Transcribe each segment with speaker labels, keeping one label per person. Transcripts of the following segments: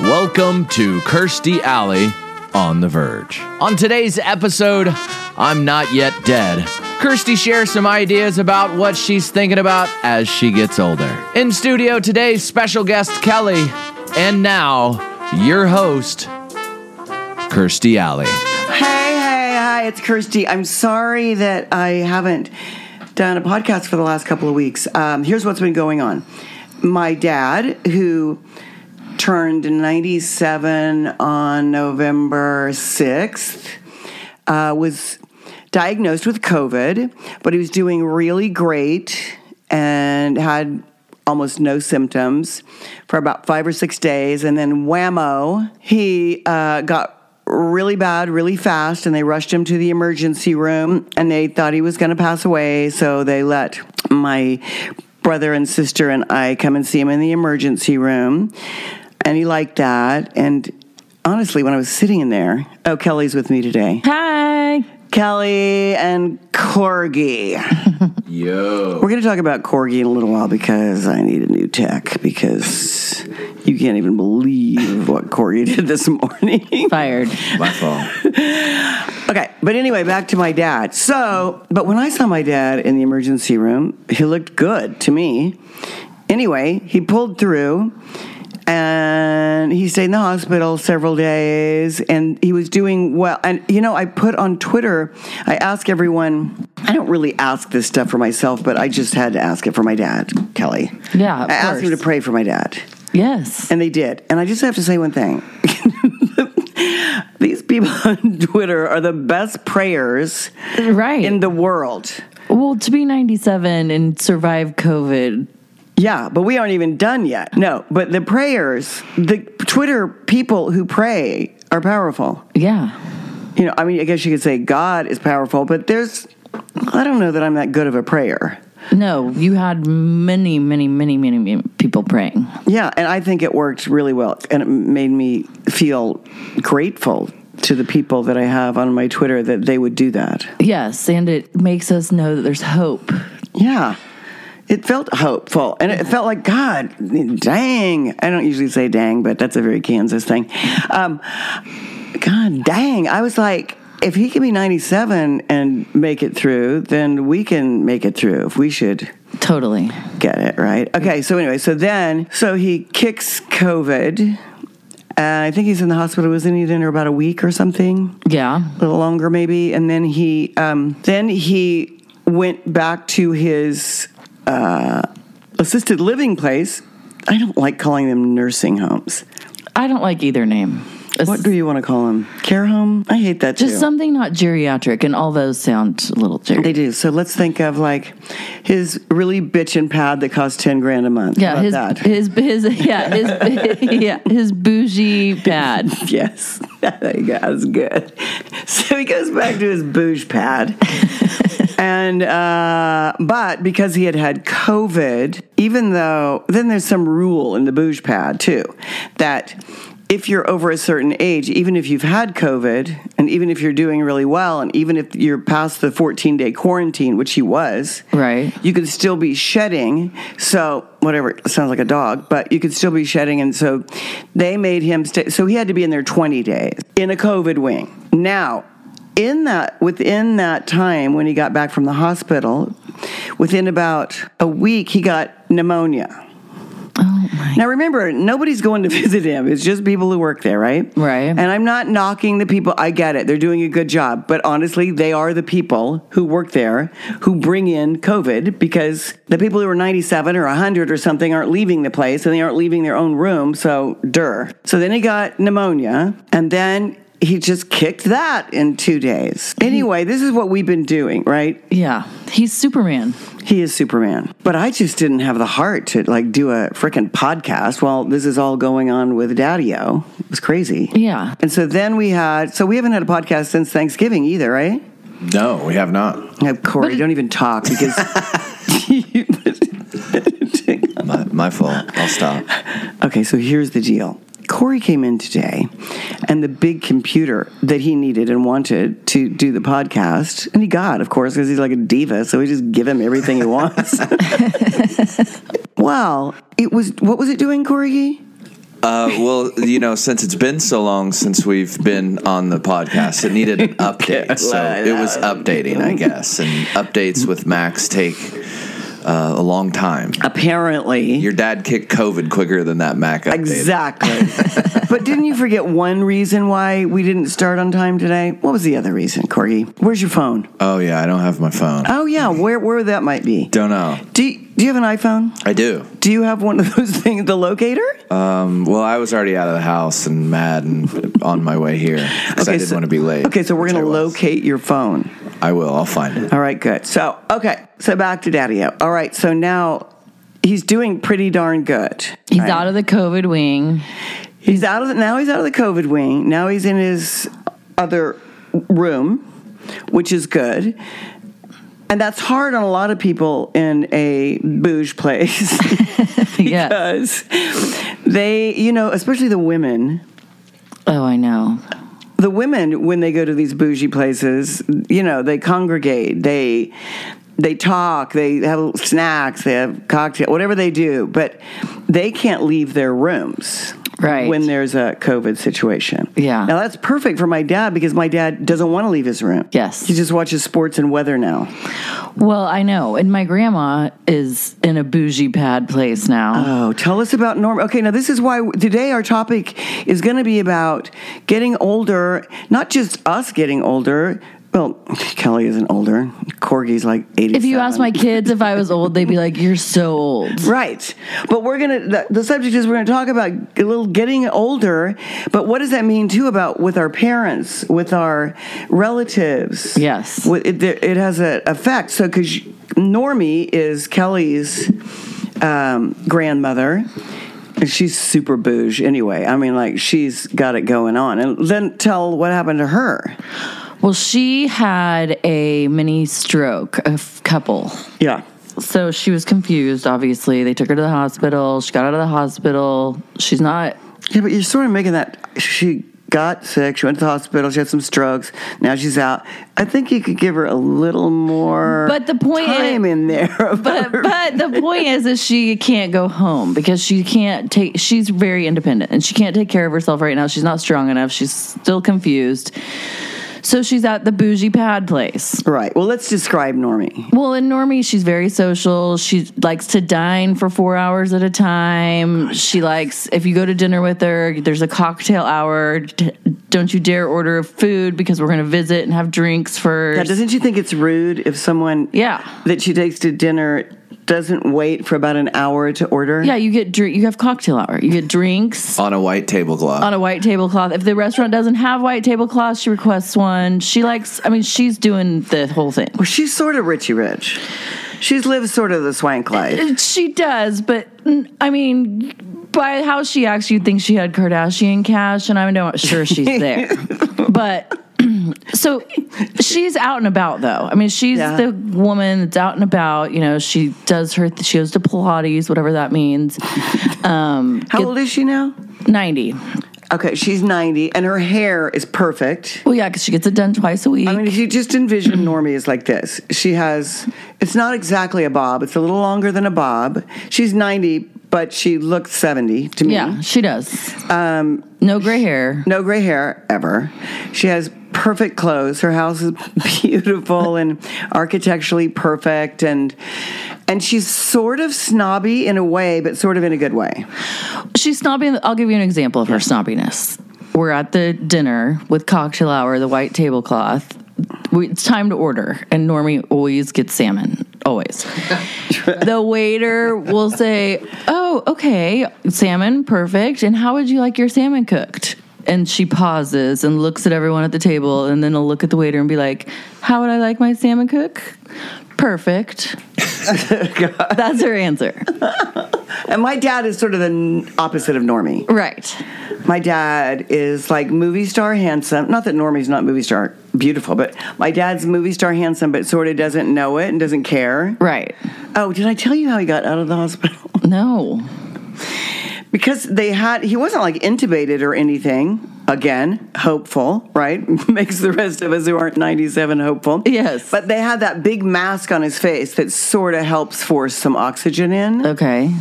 Speaker 1: Welcome to Kirsty Alley on the Verge. On today's episode, I'm Not Yet Dead. Kirsty shares some ideas about what she's thinking about as she gets older. In studio today, special guest Kelly, and now your host, Kirsty Alley.
Speaker 2: Hey, hey, hi, it's Kirsty. I'm sorry that I haven't done a podcast for the last couple of weeks. Um, here's what's been going on. My dad, who turned 97 on November 6th, uh, was diagnosed with COVID, but he was doing really great and had almost no symptoms for about five or six days. And then whammo, he uh, got really bad really fast and they rushed him to the emergency room and they thought he was going to pass away. So they let my brother and sister and I come and see him in the emergency room. And he liked that. And honestly, when I was sitting in there, oh, Kelly's with me today.
Speaker 3: Hi.
Speaker 2: Kelly and Corgi.
Speaker 1: Yo.
Speaker 2: We're going to talk about corgi in a little while because I need a new tech because you can't even believe what corgi did this morning.
Speaker 3: Fired.
Speaker 1: My fault.
Speaker 2: Okay, but anyway, back to my dad. So, but when I saw my dad in the emergency room, he looked good to me. Anyway, he pulled through and he stayed in the hospital several days and he was doing well. And, you know, I put on Twitter, I ask everyone, I don't really ask this stuff for myself, but I just had to ask it for my dad, Kelly.
Speaker 3: Yeah, of
Speaker 2: I asked him to
Speaker 3: course.
Speaker 2: pray for my dad.
Speaker 3: Yes.
Speaker 2: And they did. And I just have to say one thing. These people on Twitter are the best prayers
Speaker 3: Right.
Speaker 2: in the world.
Speaker 3: well, to be 97 and survive COVID.
Speaker 2: Yeah, but we aren't even done yet. No, but the prayers, the Twitter people who pray are powerful.
Speaker 3: Yeah.
Speaker 2: You know, I mean, I guess you could say God is powerful, but there's, I don't know that I'm that good of a prayer.
Speaker 3: No, you had many, many, many, many, many people praying.
Speaker 2: Yeah, and I think it worked really well, and it made me feel grateful to the people that I have on my Twitter that they would do that.
Speaker 3: Yes. And it makes us know that there's hope.
Speaker 2: Yeah. It felt hopeful and it felt like, God, dang. I don't usually say dang, but that's a very Kansas thing. Um, God, dang. I was like, if he can be 97 and make it through, then we can make it through if we should
Speaker 3: Totally.
Speaker 2: get it, right? Okay, so anyway, so then, so he kicks COVID. And I think he's in the hospital, wasn't he, in there about a week or something?
Speaker 3: Yeah.
Speaker 2: a little longer maybe and then he um, then he went back to his uh, assisted living place i don't like calling them nursing homes
Speaker 3: I don't like either name. It's
Speaker 2: what do you want to call them care home i hate that
Speaker 3: just
Speaker 2: too
Speaker 3: something not geriatric, and all those sound a little
Speaker 2: they
Speaker 3: geriatric.
Speaker 2: do so let's think of like his really bitchin pad that costs 10 grand a month How
Speaker 3: Yeah,
Speaker 2: about
Speaker 3: his,
Speaker 2: that?
Speaker 3: his his yeah his yeah his bougie pad.
Speaker 2: yes there you go that's good so he goes back to his bouge pad and uh, but because he had had covid even though then there's some rule in the bouge pad too that if you're over a certain age even if you've had covid and even if you're doing really well and even if you're past the 14 day quarantine which he was
Speaker 3: Right.
Speaker 2: you could still be shedding. So whatever it sounds like a dog, but you could still be shedding. And so they made him stay. So he had to be in there 20 days in a COVID wing. Now, in that within that time when he got back from the hospital, within about a week he got pneumonia.
Speaker 3: Oh my.
Speaker 2: Now remember, nobody's going to visit him. It's just people who work there, right?
Speaker 3: Right.
Speaker 2: And I'm not knocking the people. I get it. They're doing a good job. But honestly, they are the people who work there who bring in COVID because the people who are 97 or 100 or something aren't leaving the place and they aren't leaving their own room. So, dur. So then he got pneumonia and then he just kicked that in two days. Anyway, this is what we've been doing, right?
Speaker 3: Yeah, he's Superman.
Speaker 2: He is Superman. But I just didn't have the heart to like do a freaking podcast while this is all going on with Daddy O. It was crazy.
Speaker 3: Yeah.
Speaker 2: And so then we had, so we haven't had a podcast since Thanksgiving either, right?
Speaker 4: No, we have not.
Speaker 2: No, Corey, don't even talk because
Speaker 4: My, my fault. I'll stop.
Speaker 2: Okay, so here's the deal. Corey came in today, and the big computer that he needed and wanted to do the podcast, and he got, of course, because he's like a diva, so we just give him everything he wants. well, it was what was it doing, Corey?
Speaker 4: Uh, well, you know, since it's been so long since we've been on the podcast, it needed an update. so it was updating, I guess. And updates with Max take uh, a long time.
Speaker 2: Apparently.
Speaker 4: Your dad kicked COVID quicker than that Mac update.
Speaker 2: Exactly. but didn't you forget one reason why we didn't start on time today? What was the other reason, Corgi? Where's your phone?
Speaker 4: Oh, yeah, I don't have my phone.
Speaker 2: Oh yeah, where where that might be.
Speaker 4: Don't know.
Speaker 2: Do you, do you have an iPhone?
Speaker 4: I do.
Speaker 2: Do you have one of those things, the locator?
Speaker 4: Um, well, I was already out of the house and mad and on my way here because I didn't
Speaker 2: so-
Speaker 4: want to be late.
Speaker 2: Okay, so we're
Speaker 4: which
Speaker 2: gonna
Speaker 4: I was.
Speaker 2: locate your phone.
Speaker 4: I will. I'll find it.
Speaker 2: All right, good. So okay, so back to Daddy. All right, so now he's doing pretty darn good.
Speaker 3: He's
Speaker 2: right?
Speaker 3: out of the COVID wing.
Speaker 2: He's out of the, now. He's out of the COVID wing. Now he's in his other room, which is good. And that's hard on a lot of people in a bouge place
Speaker 3: yeah.
Speaker 2: because they, you know, especially the women.
Speaker 3: Oh, I know.
Speaker 2: The women, when they go to these bougie places, you know, they congregate. They they talk. They have snacks. They have cocktail, whatever they do. But they can't leave their rooms
Speaker 3: Right.
Speaker 2: when there's a COVID situation.
Speaker 3: Yeah.
Speaker 2: Now that's perfect for my dad because my dad doesn't want to leave his room.
Speaker 3: Yes.
Speaker 2: He just watches sports and weather now.
Speaker 3: Well, I know. And my grandma is in a bougie pad place now.
Speaker 2: Oh, tell us about Norm. Okay, now this is why today our topic is going to be about getting older, not just us getting older. Well, Kelly isn't older. Corgi's like 80.
Speaker 3: if you ask my kids if I was old, they'd be like, "You're so old."
Speaker 2: Right. But we're going to, the, the subject is we're going to talk about a little getting older, but what does that mean too about with our parents, with our relatives?
Speaker 3: Yes.
Speaker 2: With- It, it, it has an effect. So, because Normie is Kelly's um, grandmother. And she's super bouge anyway. I mean, like, she's got it going on. And then tell what happened to her.
Speaker 3: Well, she had a mini stroke, a f- couple.
Speaker 2: Yeah.
Speaker 3: So she was confused, obviously. They took her to the hospital. She got out of the hospital. She's not,
Speaker 2: Yeah, but you're sort of making that. She got sick. She went to the hospital. She had some strokes. Now she's out. I think you could give her a little more.
Speaker 3: But the point is-
Speaker 2: time in there.
Speaker 3: but, but the point is that she can't go home because she can't take, she's very independent and she can't take care of herself right now. She's not strong enough. She's still confused. So she's at the bougie pad place.
Speaker 2: right. Well, let's describe Normie.
Speaker 3: Well, in Normie, she's very social. She likes to dine for four hours at a time. She likes, if you go to dinner with her, there's a cocktail hour. D- Don't you dare order food because we're going to visit and have drinks
Speaker 2: Now,
Speaker 3: first.
Speaker 2: doesn't you think it's rude if someone
Speaker 3: Yeah.
Speaker 2: that she takes to dinner doesn't wait for about an hour to order?
Speaker 3: yeah, you get drink. You have cocktail hour. You get drinks
Speaker 4: On a white tablecloth.
Speaker 3: on a white tablecloth. If the restaurant doesn't have white tablecloth, she requests one. She likes. I mean, she's doing the whole thing.
Speaker 2: Well, she's sort of Richie Rich. She's lived sort of the swank
Speaker 3: Uh,
Speaker 2: life.
Speaker 3: She does, but mm, I mean, by how she acts, you'd think she had Kardashian cash, and I'm not sure she's there. but so she's out and about, though. I mean, she's
Speaker 2: Yeah.
Speaker 3: the woman that's out and about. You know, she does her. She goes to Pilates, whatever that means. Um,
Speaker 2: How old is she now?
Speaker 3: ninety.
Speaker 2: Okay, she's 90 and her hair is perfect.
Speaker 3: Well, yeah, because she gets it done twice a week.
Speaker 2: I mean, if you just envision Normie is like this, she has, it's not exactly a bob, it's a little longer than a bob. She's 90, but she looks 70 to me.
Speaker 3: yeah, she does. Um, no gray hair.
Speaker 2: No gray hair ever. She has perfect clothes. Her house is beautiful and architecturally perfect and and she's sort of snobby in a way, but sort of in a good way.
Speaker 3: She's snobby. I'll give you an example of her snobbiness. We're at the dinner with cocktail hour, the white tablecloth. We, it's time to order, and Normie always gets salmon. Always. the waiter will say, Oh, okay, salmon, perfect. And how would you like your salmon cooked? And she pauses and looks at everyone at the table, and then will look at the waiter and be like, How would I like my salmon cook? Perfect. That's her answer.
Speaker 2: And my dad is sort of the n- opposite of Normie.
Speaker 3: Right.
Speaker 2: My dad is like movie star handsome. Not that Normie's not movie star beautiful, but my dad's movie star handsome, but sort of doesn't know it and doesn't care.
Speaker 3: Right.
Speaker 2: Oh, did I tell you how he got out of the hospital?
Speaker 3: No.
Speaker 2: Because they had, he wasn't like intubated or anything. Again, hopeful, right? Makes the rest of us who aren't 97 hopeful.
Speaker 3: Yes.
Speaker 2: But they had that big mask on his face that sort of helps force some oxygen in.
Speaker 3: Okay.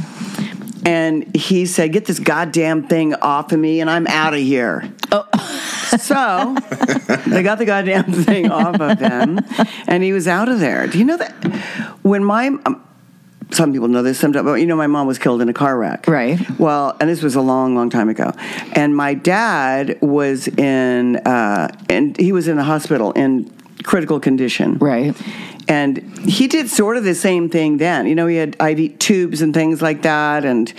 Speaker 2: and he said, "Get this goddamn thing off of me, and I'm out of here." so they got the goddamn thing off of him, and he was out of there. Do you know that when my um, some people know this, some don't. But you know, my mom was killed in a car wreck.
Speaker 3: Right.
Speaker 2: Well, and this was a long, long time ago. And my dad was in, uh, and he was in the hospital in critical condition.
Speaker 3: Right.
Speaker 2: And he did sort of the same thing then. You know, he had IV tubes and things like that, and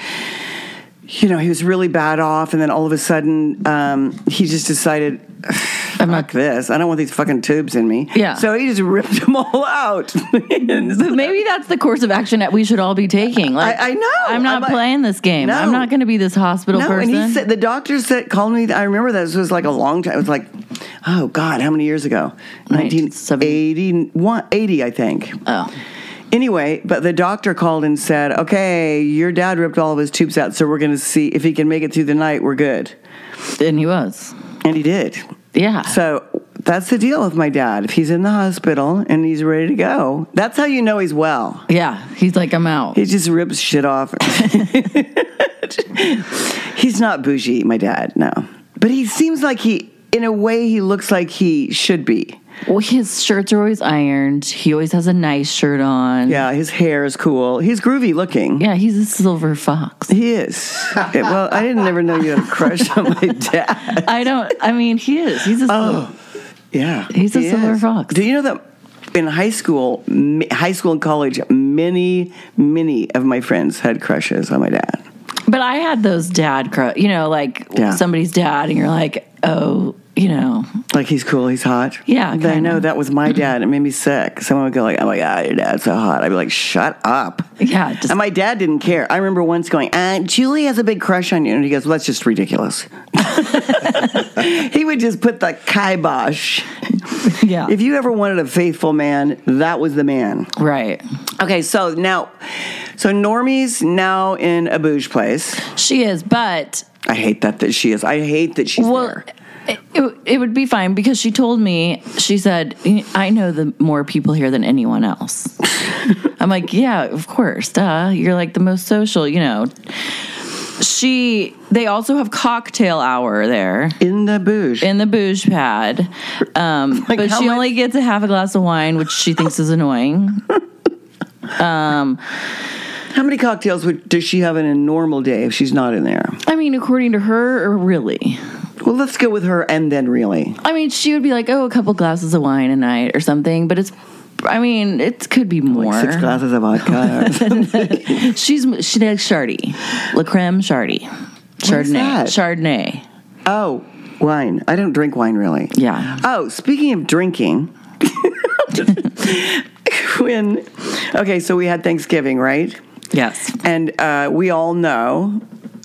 Speaker 2: you know, he was really bad off. And then all of a sudden, um, he just decided,
Speaker 3: I'm
Speaker 2: "Fuck this! I don't want these fucking tubes in me."
Speaker 3: Yeah.
Speaker 2: So he just ripped them all out.
Speaker 3: But maybe that's the course of action that we should all be taking. Like,
Speaker 2: I know.
Speaker 3: I'm
Speaker 2: I'm
Speaker 3: not
Speaker 2: like-
Speaker 3: playing this game.
Speaker 2: No.
Speaker 3: I'm not going to be this hospital
Speaker 2: no,
Speaker 3: person.
Speaker 2: and he said the doctor said called me. I remember this was like a long time. It was like, oh God, how many years ago? 1981, 80, I think.
Speaker 3: oh,
Speaker 2: Anyway, but the doctor called and said, okay, your dad ripped all of his tubes out, so we're going to see if he can make it through the night. We're good.
Speaker 3: and he was.
Speaker 2: And he did.
Speaker 3: Yeah.
Speaker 2: So that's the deal with my dad. If he's in the hospital and he's ready to go, that's how you know he's well.
Speaker 3: yeah. He's like, I'm out.
Speaker 2: He just rips shit off. he's not bougie, my dad, no. But he seems like he, in a way, he looks like he should be.
Speaker 3: Well, his shirts are always ironed. He always has a nice shirt on.
Speaker 2: Yeah, his hair is cool. He's groovy looking.
Speaker 3: Yeah, he's a silver fox.
Speaker 2: He is. Yeah, well, I didn't ever know you had a crush on my dad.
Speaker 3: I don't. I mean, he is. He's a. Oh.
Speaker 2: Yeah,
Speaker 3: He's a
Speaker 2: he
Speaker 3: silver
Speaker 2: is.
Speaker 3: fox.
Speaker 2: Do you know that in high school, m- high school and college, many, many of my friends had crushes on my dad.
Speaker 3: But I had those dad, cru- you know, like
Speaker 2: Yeah.
Speaker 3: somebody's dad, and you're like, oh, you know,
Speaker 2: Like he's cool, he's hot.
Speaker 3: Yeah,
Speaker 2: But I
Speaker 3: kinda.
Speaker 2: know that was my dad. It made me sick. Someone would go like, "Oh my god, your dad's so hot." I'd be like, "Shut up."
Speaker 3: yeah, just
Speaker 2: And my dad didn't care. I remember once going, uh, "Julie has a big crush on you," and he goes, well, "That's just ridiculous." he would just put the kibosh.
Speaker 3: yeah,
Speaker 2: If you ever wanted a faithful man, that was the man.
Speaker 3: right.
Speaker 2: Okay, so now, so Normie's now in a bouge place.
Speaker 3: She is, but
Speaker 2: I hate that that she is. I hate that she's
Speaker 3: well,
Speaker 2: there.
Speaker 3: it, it, it would be fine because she told me she said I know the more people here than anyone else. I'm like, yeah, of course, duh. You're like the most social, you know. She. They also have cocktail hour there.
Speaker 2: in the bouge.
Speaker 3: in the bouge pad. Um,
Speaker 2: Like,
Speaker 3: but
Speaker 2: how
Speaker 3: she
Speaker 2: much-
Speaker 3: only gets a half a glass of wine, which she thinks is annoying.
Speaker 2: How many cocktails would, does she have in a normal day if she's not in there?
Speaker 3: I mean, according to her, or really?
Speaker 2: Well, let's go with her and then really.
Speaker 3: I mean, she would be like, oh, a couple glasses of wine a night or something, but it's. I mean, it could be more.
Speaker 2: Six glasses of vodka. or something.
Speaker 3: She's she likes Shardy, La Creme Shardy, Chardonnay,
Speaker 2: that?
Speaker 3: Chardonnay.
Speaker 2: oh, wine. I don't drink wine really.
Speaker 3: Yeah.
Speaker 2: Oh, speaking of drinking, when, okay, so we had Thanksgiving, right?
Speaker 3: Yes.
Speaker 2: And uh, we all know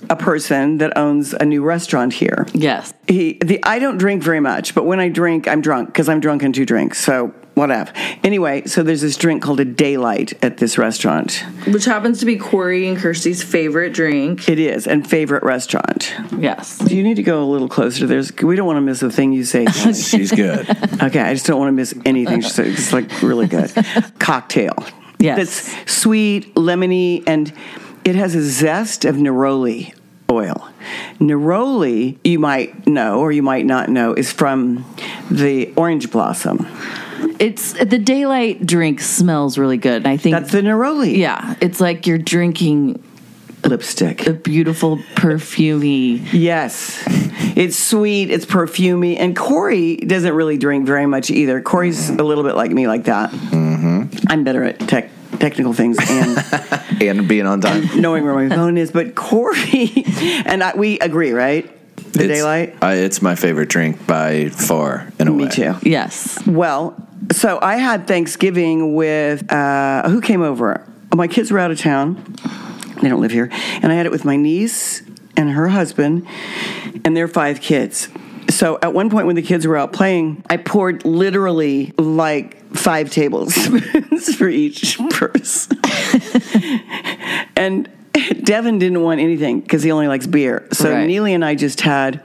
Speaker 2: a person that owns a new restaurant here.
Speaker 3: Yes.
Speaker 2: he the I don't drink very much, but when I drink, I'm drunk because I'm drunk in two drinks. So whatever. Anyway, so there's this drink called a daylight at this restaurant.
Speaker 3: Which happens to be Corey and Kirsty's favorite drink.
Speaker 2: It is and favorite restaurant.
Speaker 3: Yes.
Speaker 2: Do you need to go a little closer to this? We don't want to miss a thing you say.
Speaker 4: She's good.
Speaker 2: okay, I just don't want to miss anything. She said. It's like really good cocktail.
Speaker 3: Yes.
Speaker 2: that's sweet, lemony, and it has a zest of neroli oil. Neroli, you might know or you might not know, is from the orange blossom.
Speaker 3: It's the daylight drink smells really good, and I think
Speaker 2: That's the neroli
Speaker 3: Yeah, it's like you're drinking
Speaker 2: lipstick.
Speaker 3: a beautiful perfumey.
Speaker 2: Yes. It's sweet, it's perfumey, and Corey doesn't really drink very much either. Corey's a little bit like me, like that. Mm-hmm. I'm better at tech, technical things and
Speaker 4: and being on time.
Speaker 2: knowing where my phone is, but Corey and I, we agree, right? The
Speaker 4: It's-
Speaker 2: daylight?
Speaker 4: I, it's my favorite drink by far, in a way.
Speaker 2: Me too.
Speaker 3: Yes.
Speaker 2: Well, so I had Thanksgiving with uh, who came over? My kids were out of town. They don't live here. And I had it with my niece and her husband and their five kids. So at one point when the kids were out playing, I poured literally like five tablespoons for each person. and Devin didn't want anything because he only likes beer. So
Speaker 3: Right.
Speaker 2: Neely and I just had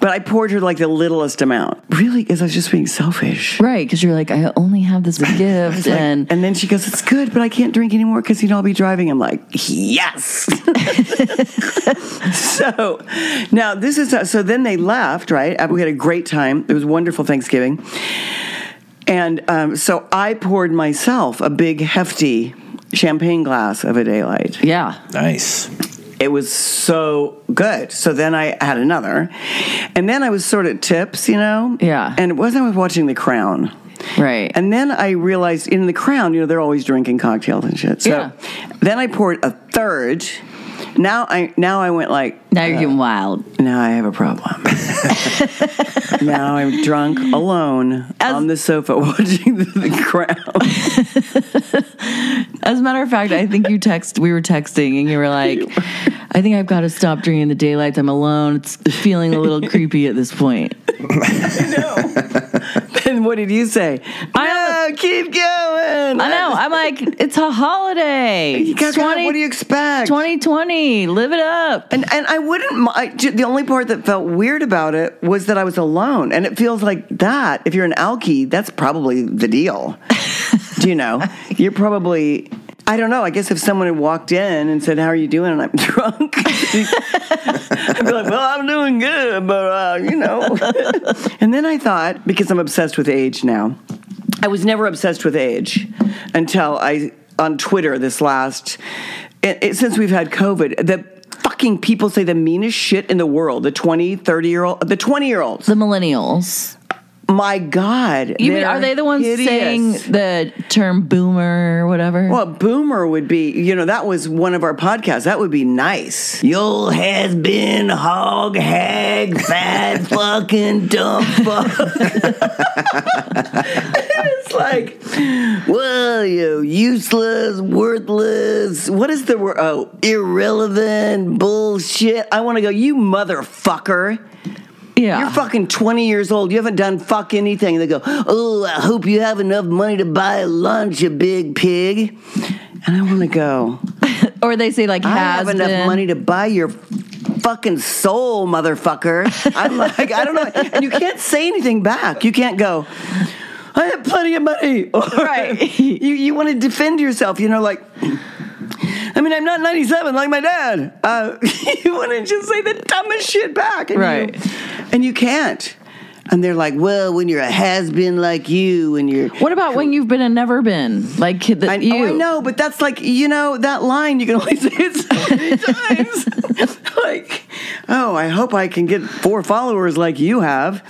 Speaker 2: But I poured her like the littlest amount, really, because I was just being selfish.
Speaker 3: Right, because you're like, I only have this gift, and
Speaker 2: And then she goes, "It's good, but I can't drink anymore because you know I'll be driving." I'm like, "Yes." so now this is so. Then they left. Right, Uh, we had a great time. It was wonderful Thanksgiving, and um, so I poured myself a big hefty champagne glass of a daylight.
Speaker 3: yeah,
Speaker 4: Nice.
Speaker 2: It was so good. So then I had another, and then I was sort of tips, you know.
Speaker 3: Yeah.
Speaker 2: And it wasn't I was watching The Crown.
Speaker 3: right,
Speaker 2: And
Speaker 3: and
Speaker 2: then I realized in the crown, you know, they're always drinking cocktails and shit. So
Speaker 3: Yeah.
Speaker 2: then I poured a third. Now I now I went like
Speaker 3: now you're getting wild.
Speaker 2: now I have a problem. now I'm drunk alone
Speaker 3: As-
Speaker 2: on the sofa watching the, the crown.
Speaker 3: As a matter of fact, I think you text. We were texting, and you were like, "I think I've got to stop drinking the daylights. I'm alone. It's feeling a little creepy at this point."
Speaker 2: and what did you say?
Speaker 3: I-
Speaker 2: no, keep going.
Speaker 3: I know. I'm like, it's a holiday.
Speaker 2: You got- what do you expect?
Speaker 3: 2020, live it up.
Speaker 2: And and I wouldn't. mi- I, ju- the only part that felt weird about it was that I was alone, and it feels like that. If you're an alkie, that's probably the deal. Do you know? You're probably. I don't know. I guess if someone had walked in and said, "How are you doing?" and I'm drunk, I'd be like, "Well, I'm doing good, but uh, you know." and then I thought, because I'm obsessed with age now, I was never obsessed with age until I on Twitter this last it, it, since we've had COVID. The fucking people say the meanest shit in the world. The 20, 30 year old, the 20 year olds.
Speaker 3: The millennials.
Speaker 2: My God.
Speaker 3: You mean
Speaker 2: they're
Speaker 3: are they the ones
Speaker 2: hideous.
Speaker 3: saying the term boomer or whatever?
Speaker 2: Well, boomer would be, you know, that was one of our podcasts. That would be nice. Your has been hog, hag, fat, fucking dumb fuck. it's like, well, you useless, worthless. What is the word? Oh, irrelevant, bullshit. I want to go, you motherfucker.
Speaker 3: yeah.
Speaker 2: You're fucking 20 years old. You haven't done fuck anything. They go, Oh, I hope you have enough money to buy lunch, you big pig. And I want to go,
Speaker 3: or they say like
Speaker 2: I
Speaker 3: has
Speaker 2: have enough
Speaker 3: been.
Speaker 2: money to buy your fucking soul, motherfucker. I'm like, I don't know. And you can't say anything back. You can't go, I have plenty of money. Or
Speaker 3: Right.
Speaker 2: you you want to defend yourself, you know, like, I mean, I'm not 97 like my dad. Uh, you want to just say the dumbest shit back. And
Speaker 3: Right.
Speaker 2: You, and you can't. And they're like, well, when you're a has been like you and you're.
Speaker 3: What about when you've been and never been? Like the,
Speaker 2: I,
Speaker 3: you.
Speaker 2: Oh, I know, but that's like you know that line you can only say it so many times. like, oh, I hope I can get four followers like you have.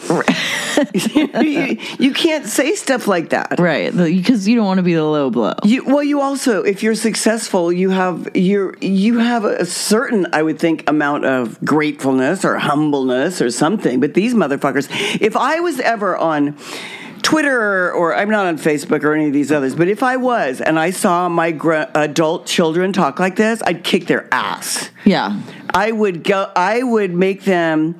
Speaker 2: you, you can't say stuff like that.
Speaker 3: Right, because you don't want to be the low blow.
Speaker 2: You, well, you also, if you're successful, you have you you have a certain, I would think, amount of gratefulness or humbleness or something. But these motherfuckers, if I was ever on Twitter or I'm not on Facebook or any of these others, but if I was and I saw my gr- adult children talk like this, I'd kick their ass.
Speaker 3: Yeah,
Speaker 2: I would go. I would make them.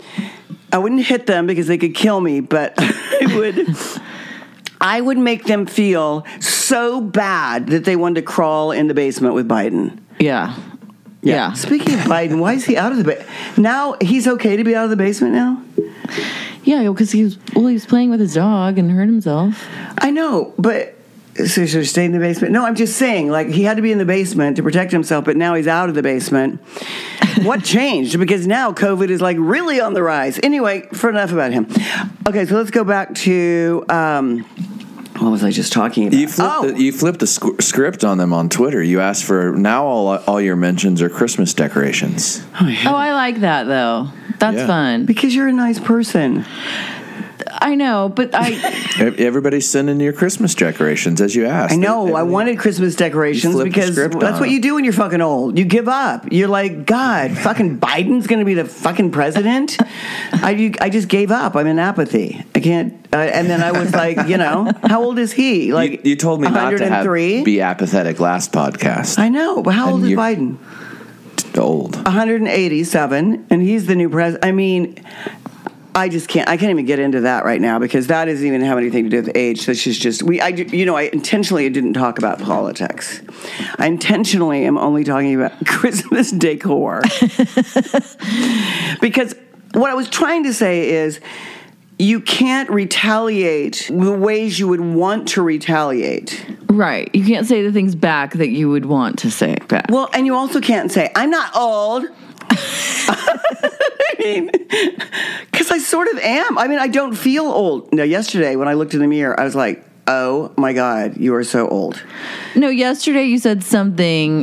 Speaker 2: I wouldn't hit them because they could kill me, but I would. I would make them feel so bad that they wanted to crawl in the basement with Biden.
Speaker 3: yeah, yeah.
Speaker 2: Speaking of Biden, why is he out of the ba- now? He's okay to be out of the basement now.
Speaker 3: Yeah, because he was well, he was playing with his dog and hurt himself.
Speaker 2: I know, but so he should have stayed in the basement. No, I'm just saying, like he had to be in the basement to protect himself, but now he's out of the basement. what changed? Because now COVID is like really on the rise. Anyway, for enough about him. Okay, so let's go back to um, what was I just talking about?
Speaker 4: You flipped,
Speaker 2: oh,
Speaker 4: the, you flipped the squ- script on them on Twitter. You asked for now all all your mentions are Christmas decorations.
Speaker 3: Oh, I like that though. That's
Speaker 4: Yeah.
Speaker 3: fun.
Speaker 2: because you're a nice person.
Speaker 3: I know, but I
Speaker 4: Ev- E-, Everybody's sending your Christmas decorations as you asked.
Speaker 2: I know. I
Speaker 4: Everybody-
Speaker 2: wanted Christmas decorations
Speaker 4: flipped the
Speaker 2: because
Speaker 4: script
Speaker 2: that's
Speaker 4: on
Speaker 2: what
Speaker 4: it.
Speaker 2: you do when you're fucking old. You give up. You're like, God, fucking Biden's going to be the fucking president. I, you- I just gave up. I'm in apathy. I can't. Uh, and then I was like, you know, how old is he?
Speaker 4: You,
Speaker 2: Like,
Speaker 4: you told me not to have,
Speaker 2: 103?
Speaker 4: be apathetic last podcast.
Speaker 2: I know, but how
Speaker 4: And
Speaker 2: old is
Speaker 4: you're-
Speaker 2: Biden?
Speaker 4: Old.
Speaker 2: 187, and he's the new president. I mean, I just can't. I can't even get into that right now because that doesn't even have anything to do with age. This is just we. I do- you know I intentionally didn't talk about politics. I intentionally am only talking about Christmas decor because what I was trying to say is you can't retaliate the ways you would want to retaliate.
Speaker 3: Right. You can't say the things back that you would want to say back.
Speaker 2: Well, and you also can't say, I'm not old. I mean, because I sort of am. I mean, I don't feel old. Now, yesterday when I looked in the mirror, I was like, oh my God, you are so old.
Speaker 3: No, yesterday you said something.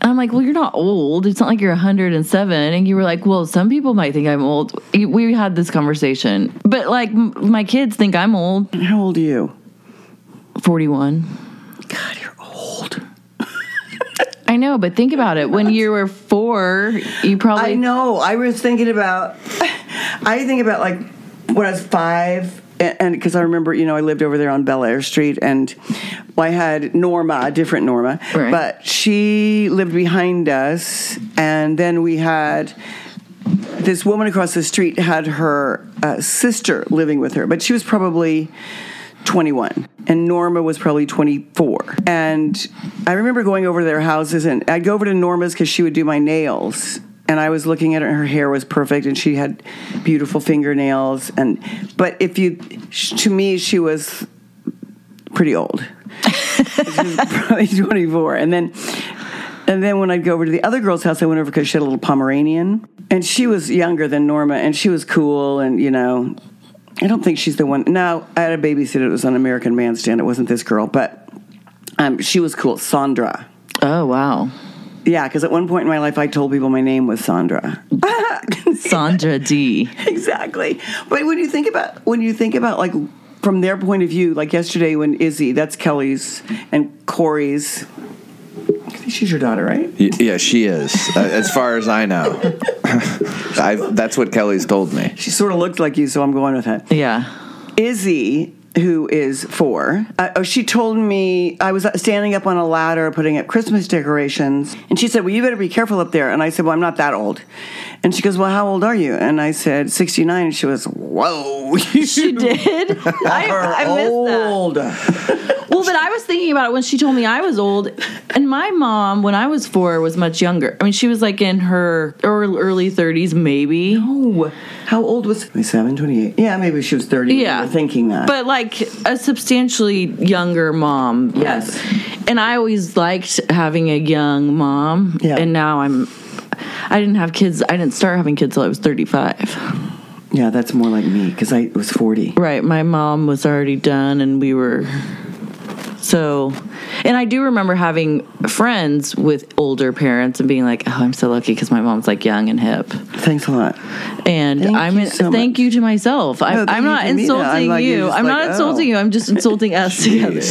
Speaker 3: and I'm like, well, you're not old. It's not like you're 107. And you were like, well, some people might think I'm old. We had this conversation, but like m- my kids think I'm old.
Speaker 2: How old are you?
Speaker 3: 41.
Speaker 2: God, you're old.
Speaker 3: I know, but think about it. When you were four, you probably
Speaker 2: I know. I was thinking about, I think about like when I was five, and because I remember, you know, I lived over there on Bel Air Street, and I had Norma, a different Norma,
Speaker 3: Right.
Speaker 2: but she lived behind us, and then we had. This woman across the street had her uh, sister living with her, but she was probably 21 and Norma was probably 24. And I remember going over to their houses and I'd go over to Norma's cuz she would do my nails. And I was looking at her and her hair was perfect and she had beautiful fingernails and but if you sh- to me she was pretty old. she was probably 24. And then and then when I'd go over to the other girl's house, I went over because she had a little Pomeranian, and she was younger than Norma, and she was cool, and you know, I don't think she's the one. No, I had a babysitter. It was on American Bandstand. It wasn't this girl, but um, she was cool, Sandra.
Speaker 3: Oh, wow.
Speaker 2: Yeah, because at one point in my life, I told people my name was Sandra.
Speaker 3: Sandra D.
Speaker 2: exactly. But when you think about when you think about like from their point of view, like yesterday when Izzy, that's Kelly's and Corey's. I think she's your daughter, right?
Speaker 4: Y- Yeah, she is. uh, as far as I know, I've, that's what Kelly's told me.
Speaker 2: She sort of looked like you, so I'm going with it.
Speaker 3: Yeah.
Speaker 2: Izzy, who is four, uh, oh, she told me I was standing up on a ladder putting up Christmas decorations, and she said, "Well, you better be careful up there." And I said, "Well, I'm not that old." And she goes, "Well, how old are you?" And I said, "69." And she was, "Whoa,
Speaker 3: She did. I, I missed that.
Speaker 4: Oh.
Speaker 2: old."
Speaker 3: Well, but I was thinking about it when she told me I was old, and my mom, when I was four, was much younger. I mean, she was like in her or early thirties, maybe.
Speaker 2: Oh, how old was? 27, 28. Yeah, maybe she was 30. when we
Speaker 3: Yeah.
Speaker 2: were thinking that.
Speaker 3: But like a substantially younger mom.
Speaker 2: Yes.
Speaker 3: And I always liked having a young mom.
Speaker 2: Yeah.
Speaker 3: And now I'm. I didn't have kids. I didn't start having kids till I was 35.
Speaker 2: yeah, that's more like me because I was 40.
Speaker 3: Right. My mom was already done, and we were. So, and I do remember having friends with older parents and being like, "Oh, I'm so lucky because my mom's like young and hip."
Speaker 2: Thanks a lot.
Speaker 3: And
Speaker 2: Thank
Speaker 3: I'm
Speaker 2: you
Speaker 3: in,
Speaker 2: so
Speaker 3: thank
Speaker 2: much.
Speaker 3: you to myself. I,
Speaker 2: No, thank
Speaker 3: I'm
Speaker 2: you
Speaker 3: not
Speaker 2: to me. I'm
Speaker 3: insulting
Speaker 2: like, you're
Speaker 3: you.
Speaker 2: just
Speaker 3: I'm
Speaker 2: like,
Speaker 3: not insulting
Speaker 2: oh.
Speaker 3: you. I'm just insulting us together.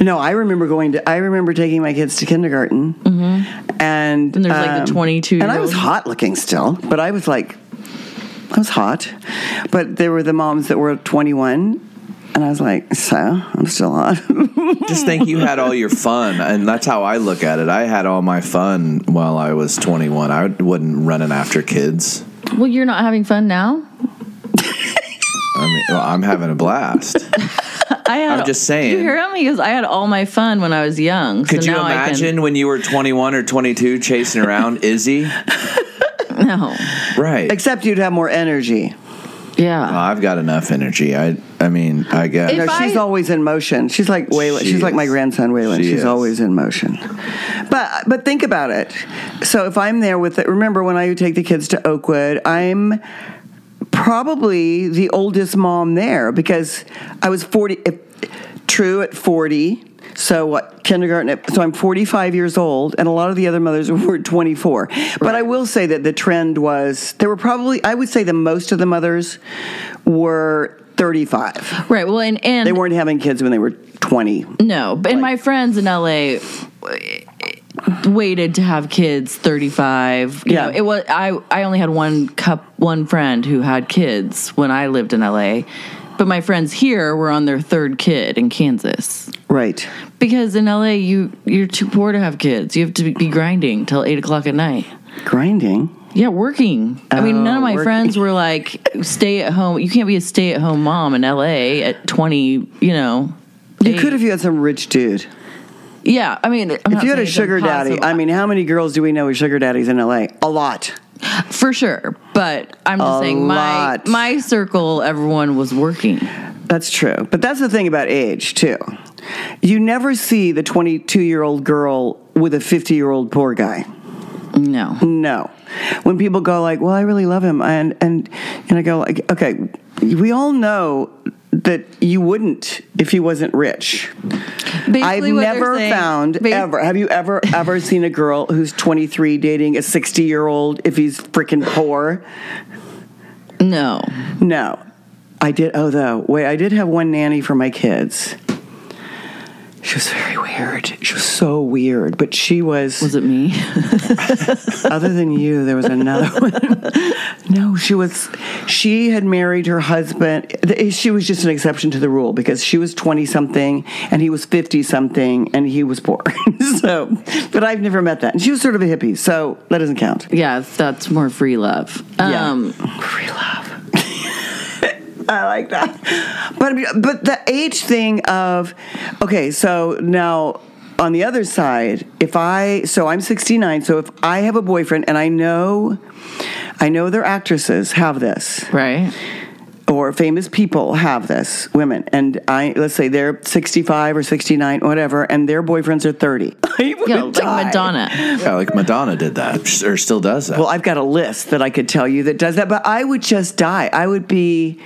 Speaker 2: No, I remember going to. I remember taking my kids to kindergarten, and
Speaker 3: Mm-hmm.
Speaker 2: um,
Speaker 3: And there's, like, the 22
Speaker 2: And I was
Speaker 3: year old.
Speaker 2: hot looking still, but I was like, I was hot, but there were the moms that were 21, and I was like, so I'm still hot.
Speaker 4: Just think you had all your fun, and that's how I look at it. I had all my fun while I was 21. I wasn't running after kids.
Speaker 3: Well, you're not having fun now.
Speaker 4: I mean, well, I'm having a blast.
Speaker 3: I had,
Speaker 4: I'm just saying.
Speaker 3: You hear me? Because I had all my fun when I was young.
Speaker 4: Could
Speaker 3: so
Speaker 4: you
Speaker 3: now
Speaker 4: imagine when you were 21 or 22 chasing around Izzy?
Speaker 3: I can, no.
Speaker 4: Right.
Speaker 2: Except you'd have more energy.
Speaker 3: Yeah.
Speaker 4: Well, I've got enough energy. I I mean, I guess.
Speaker 2: No,
Speaker 3: If
Speaker 2: she's
Speaker 3: I-
Speaker 2: always in motion. She's like Waylon.
Speaker 4: She
Speaker 2: she's like my
Speaker 4: is.
Speaker 2: grandson Waylon.
Speaker 4: She
Speaker 2: she's
Speaker 4: is.
Speaker 2: always in motion. But but think about it. So if I'm there with it, remember when I take the kids to Oakwood, I'm probably the oldest mom there because I was forty. If, true at forty. So what kindergarten? at- So I'm 45 years old, and a lot of the other mothers were 24. But I will say that the trend was there were probably I would say the most of the mothers were 35
Speaker 3: right. Well, and and
Speaker 2: they weren't having kids when they were 20
Speaker 3: No, but and my friends in LA waited to have kids 35 you
Speaker 2: Yeah.
Speaker 3: know, it was i i only had one cup one friend who had kids when i lived in la but my friends here were on their third kid in kansas
Speaker 2: right
Speaker 3: because in la you you're too poor to have kids you have to be grinding till eight o'clock at night
Speaker 2: grinding
Speaker 3: yeah working i mean none of my
Speaker 2: Oh, working.
Speaker 3: friends were like stay at home you can't be a stay at home mom in la at 20 you know
Speaker 2: you
Speaker 3: age.
Speaker 2: could if you had some rich dude
Speaker 3: yeah i mean
Speaker 2: if you had a sugar daddy i mean how many girls do we know with sugar daddies in la a lot
Speaker 3: for sure. But I'm just
Speaker 2: A
Speaker 3: saying,
Speaker 2: lot.
Speaker 3: my my circle, everyone was working.
Speaker 2: That's true. But that's the thing about age, too. You never see the 22 year old girl with a 50 year old poor guy.
Speaker 3: No,
Speaker 2: No. When people go like, "Well, I really love him," and and and I go like, "Okay, we all know that you wouldn't if he wasn't rich."
Speaker 3: basically
Speaker 2: I've
Speaker 3: what they're
Speaker 2: never
Speaker 3: saying-
Speaker 2: found
Speaker 3: ba-
Speaker 2: ever. Have you ever ever seen a girl who's 23 dating a 60 year old if he's freaking poor?
Speaker 3: No,
Speaker 2: No. I did. Oh, though. Wait, I did have one nanny for my kids. She was very weird. She was so weird, but she was.
Speaker 3: was it me?
Speaker 2: other than you, there was another one. No, she was. She had married her husband. th- She was just an exception to the rule because she was twenty something and he was fifty something and he was poor. so, but I've never met that. And she was sort of a hippie, so that doesn't count.
Speaker 3: yeah, that's more free love.
Speaker 2: Yeah.
Speaker 3: Um,
Speaker 2: Free love. I like that. But I mean, but the age thing of okay, so now on the other side, if I so I'm 69, so if I have a boyfriend and I know I know their actresses have this
Speaker 3: right.
Speaker 2: or famous people have this, women, and I let's say they're 65 or 69, whatever, and their boyfriends are 30. I would
Speaker 3: Yeah, like
Speaker 2: die.
Speaker 3: Madonna.
Speaker 4: Yeah, like Madonna did that, or still does that.
Speaker 2: Well, I've got a list that I could tell you that does that, but I would just die. I would be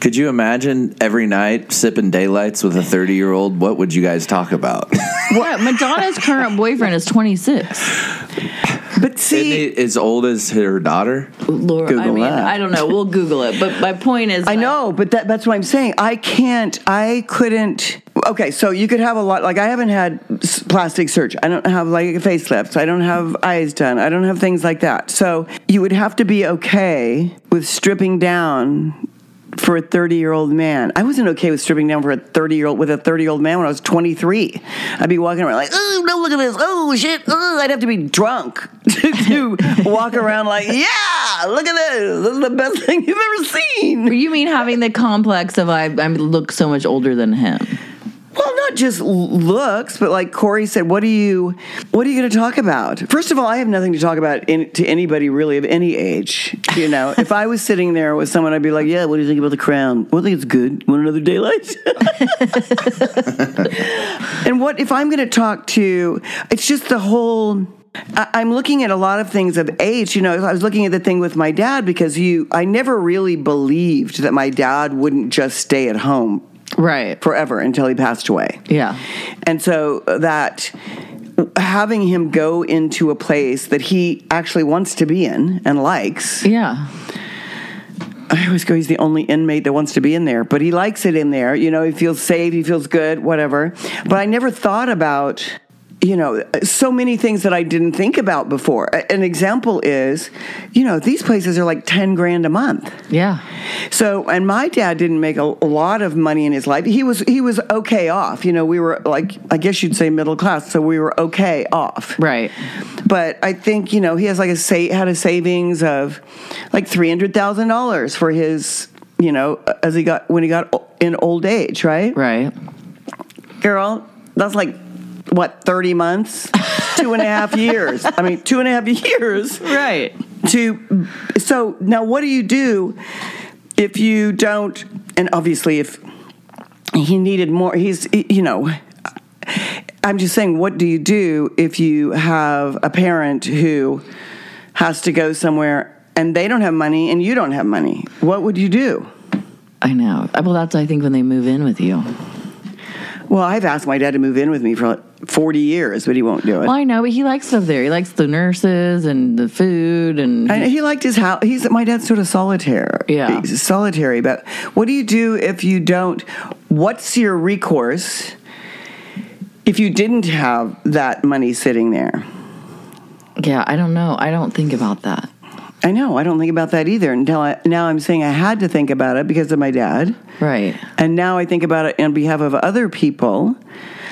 Speaker 4: Could you imagine every night sipping daylights with a 30 year old? What would you guys talk about?
Speaker 3: Yeah, Madonna's current boyfriend is 26.
Speaker 2: But see,
Speaker 4: Isn't he as old as her daughter?
Speaker 3: Laura, I
Speaker 2: Google
Speaker 3: mean,
Speaker 2: that.
Speaker 3: I don't know. We'll Google it. But my point is,
Speaker 2: I know, but that, that's what I'm saying. I can't, I couldn't. Okay, so you could have a lot. Like, I haven't had s- plastic surgery. I don't have like facelifts. I don't have eyes done. I don't have things like that. So you would have to be okay with stripping down for a 30 year old man. I wasn't okay with stripping down for a 30 year old with a 30 year old man when I was 23. I'd be walking around like, oh, no, look at this. Oh, shit. Oh, I'd have to be drunk to walk around like, yeah, look at this. This is the best thing you've ever seen.
Speaker 3: You mean having the complex of I, I look so much older than him?
Speaker 2: Well, not just l- looks, but like Corey said, what are you, what are you going to talk about? First of all, I have nothing to talk about in, to anybody really of any age. You know, if I was sitting there with someone, I'd be like, "Yeah, what do you think about the Crown? Well, I think it's good. Want another daylight?" and what if I'm going to talk to? It's just the whole. I- I'm looking at a lot of things of age. You know, I was looking at the thing with my dad because you, I never really believed that my dad wouldn't just stay at home
Speaker 3: Right.
Speaker 2: forever until he passed away.
Speaker 3: Yeah.
Speaker 2: And so that having him go into a place that he actually wants to be in and likes.
Speaker 3: Yeah.
Speaker 2: I always go, he's the only inmate that wants to be in there, but he likes it in there. You know, he feels safe, he feels good, whatever. But I never thought about, you know, so many things that I didn't think about before. A- An example is, you know, these places are like 10 grand a month.
Speaker 3: Yeah.
Speaker 2: So, and my dad didn't make a, a lot of money in his life. He was he was okay off. You know, we were like I guess you'd say middle class, so we were okay off.
Speaker 3: Right.
Speaker 2: But I think you know he has like a say had a savings of like three hundred thousand dollars for his you know as he got when he got o- in old age, right?
Speaker 3: Right.
Speaker 2: Girl, that's like what thirty months, two and a half years. I mean, two and a half years
Speaker 3: Right.
Speaker 2: to so now what do you do if you don't and obviously if he needed more he's you know i'm just saying what do you do if you have a parent who has to go somewhere and they don't have money and you don't have money what would you do
Speaker 3: I know. Well, that's I think when they move in with you.
Speaker 2: well i've asked my dad to move in with me for like 40 years but he won't do it
Speaker 3: Well, I know, but he likes it up there. He likes the nurses and the food and
Speaker 2: And he liked his house. He's my dad's sort of solitaire.
Speaker 3: Yeah.
Speaker 2: He's solitary. But what do you do if you don't? What's your recourse if you didn't have that money sitting there?
Speaker 3: yeah. I don't know. I don't think about that.
Speaker 2: I know. I don't think about that either until I, now. I'm saying I had to think about it because of my dad.
Speaker 3: Right.
Speaker 2: And now I think about it on behalf of other people.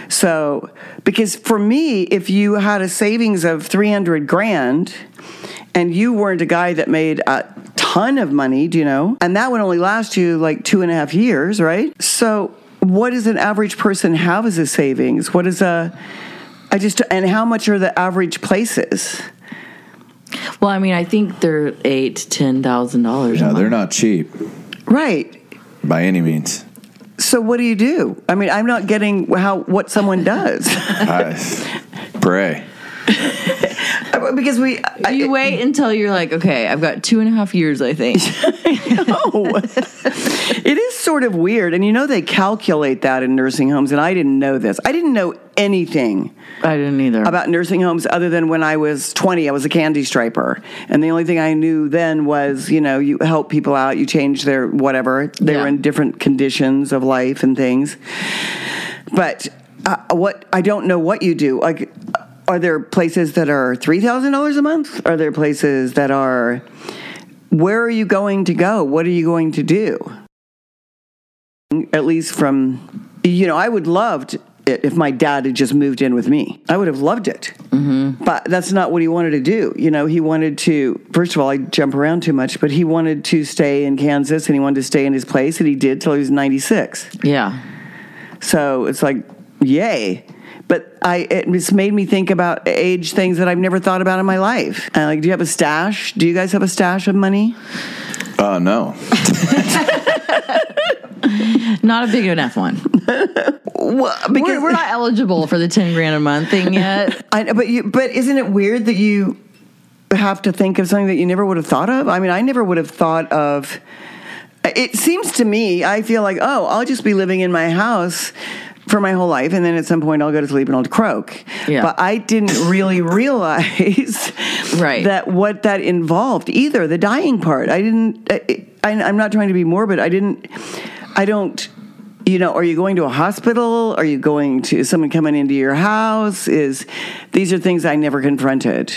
Speaker 2: So, because for me, if you had a savings of 300 grand and you weren't a guy that made a ton of money, do you know? And that would only last you like two and a half years, right? So, what does an average person have as a savings? What is a, I just, and how much are the average places?
Speaker 3: Well, I mean, I think they're eight to ten thousand dollars.
Speaker 4: No, they're not cheap
Speaker 2: Right.
Speaker 4: by any means.
Speaker 2: So what do you do? I mean, I'm not getting how what someone does
Speaker 4: I pray.
Speaker 2: because we. I,
Speaker 3: You wait until you're like, okay, I've got two and a half years. I think.
Speaker 2: know. it is sort of weird, and you know they calculate that in nursing homes, and I didn't know this. I didn't know anything
Speaker 3: I didn't either.
Speaker 2: about nursing homes other than when I was 20, I was a candy striper, and the only thing I knew then was you know you help people out, you change their whatever they
Speaker 3: Yeah.
Speaker 2: were in different conditions of life and things, but. Uh, what I don't know what you do. Like, are there places that are three thousand dollars a month? Are there places that are? Where are you going to go? What are you going to do? at least from you know i would loved it if my dad had just moved in with me i would have loved it but that's not what he wanted to do you know he wanted to first of all i jump around too much but he wanted to stay in kansas and he wanted to stay in his place and he did till he was 96
Speaker 3: yeah,
Speaker 2: so it's like yay but I it just made me think about age things that I've never thought about in my life. Uh, like, do you have a stash? Do you guys have a stash of money?
Speaker 4: Oh no.
Speaker 3: not a big enough one.
Speaker 2: Well,
Speaker 3: We're, we're not eligible for the ten grand a month thing yet.
Speaker 2: I, but you, but isn't it weird that you have to think of something that you never would have thought of? I mean, I never would have thought of. It seems to me, I feel like, oh, I'll just be living in my house for my whole life, and then at some point I'll go to sleep and I'll croak.
Speaker 3: Yeah.
Speaker 2: But I didn't really realize
Speaker 3: Right.
Speaker 2: that what that involved either. The dying part, I didn't. I, I, I'm not trying to be morbid. I didn't. I don't. You know, are you going to a hospital? Are you going to is someone coming into your house? Is these are things I never confronted.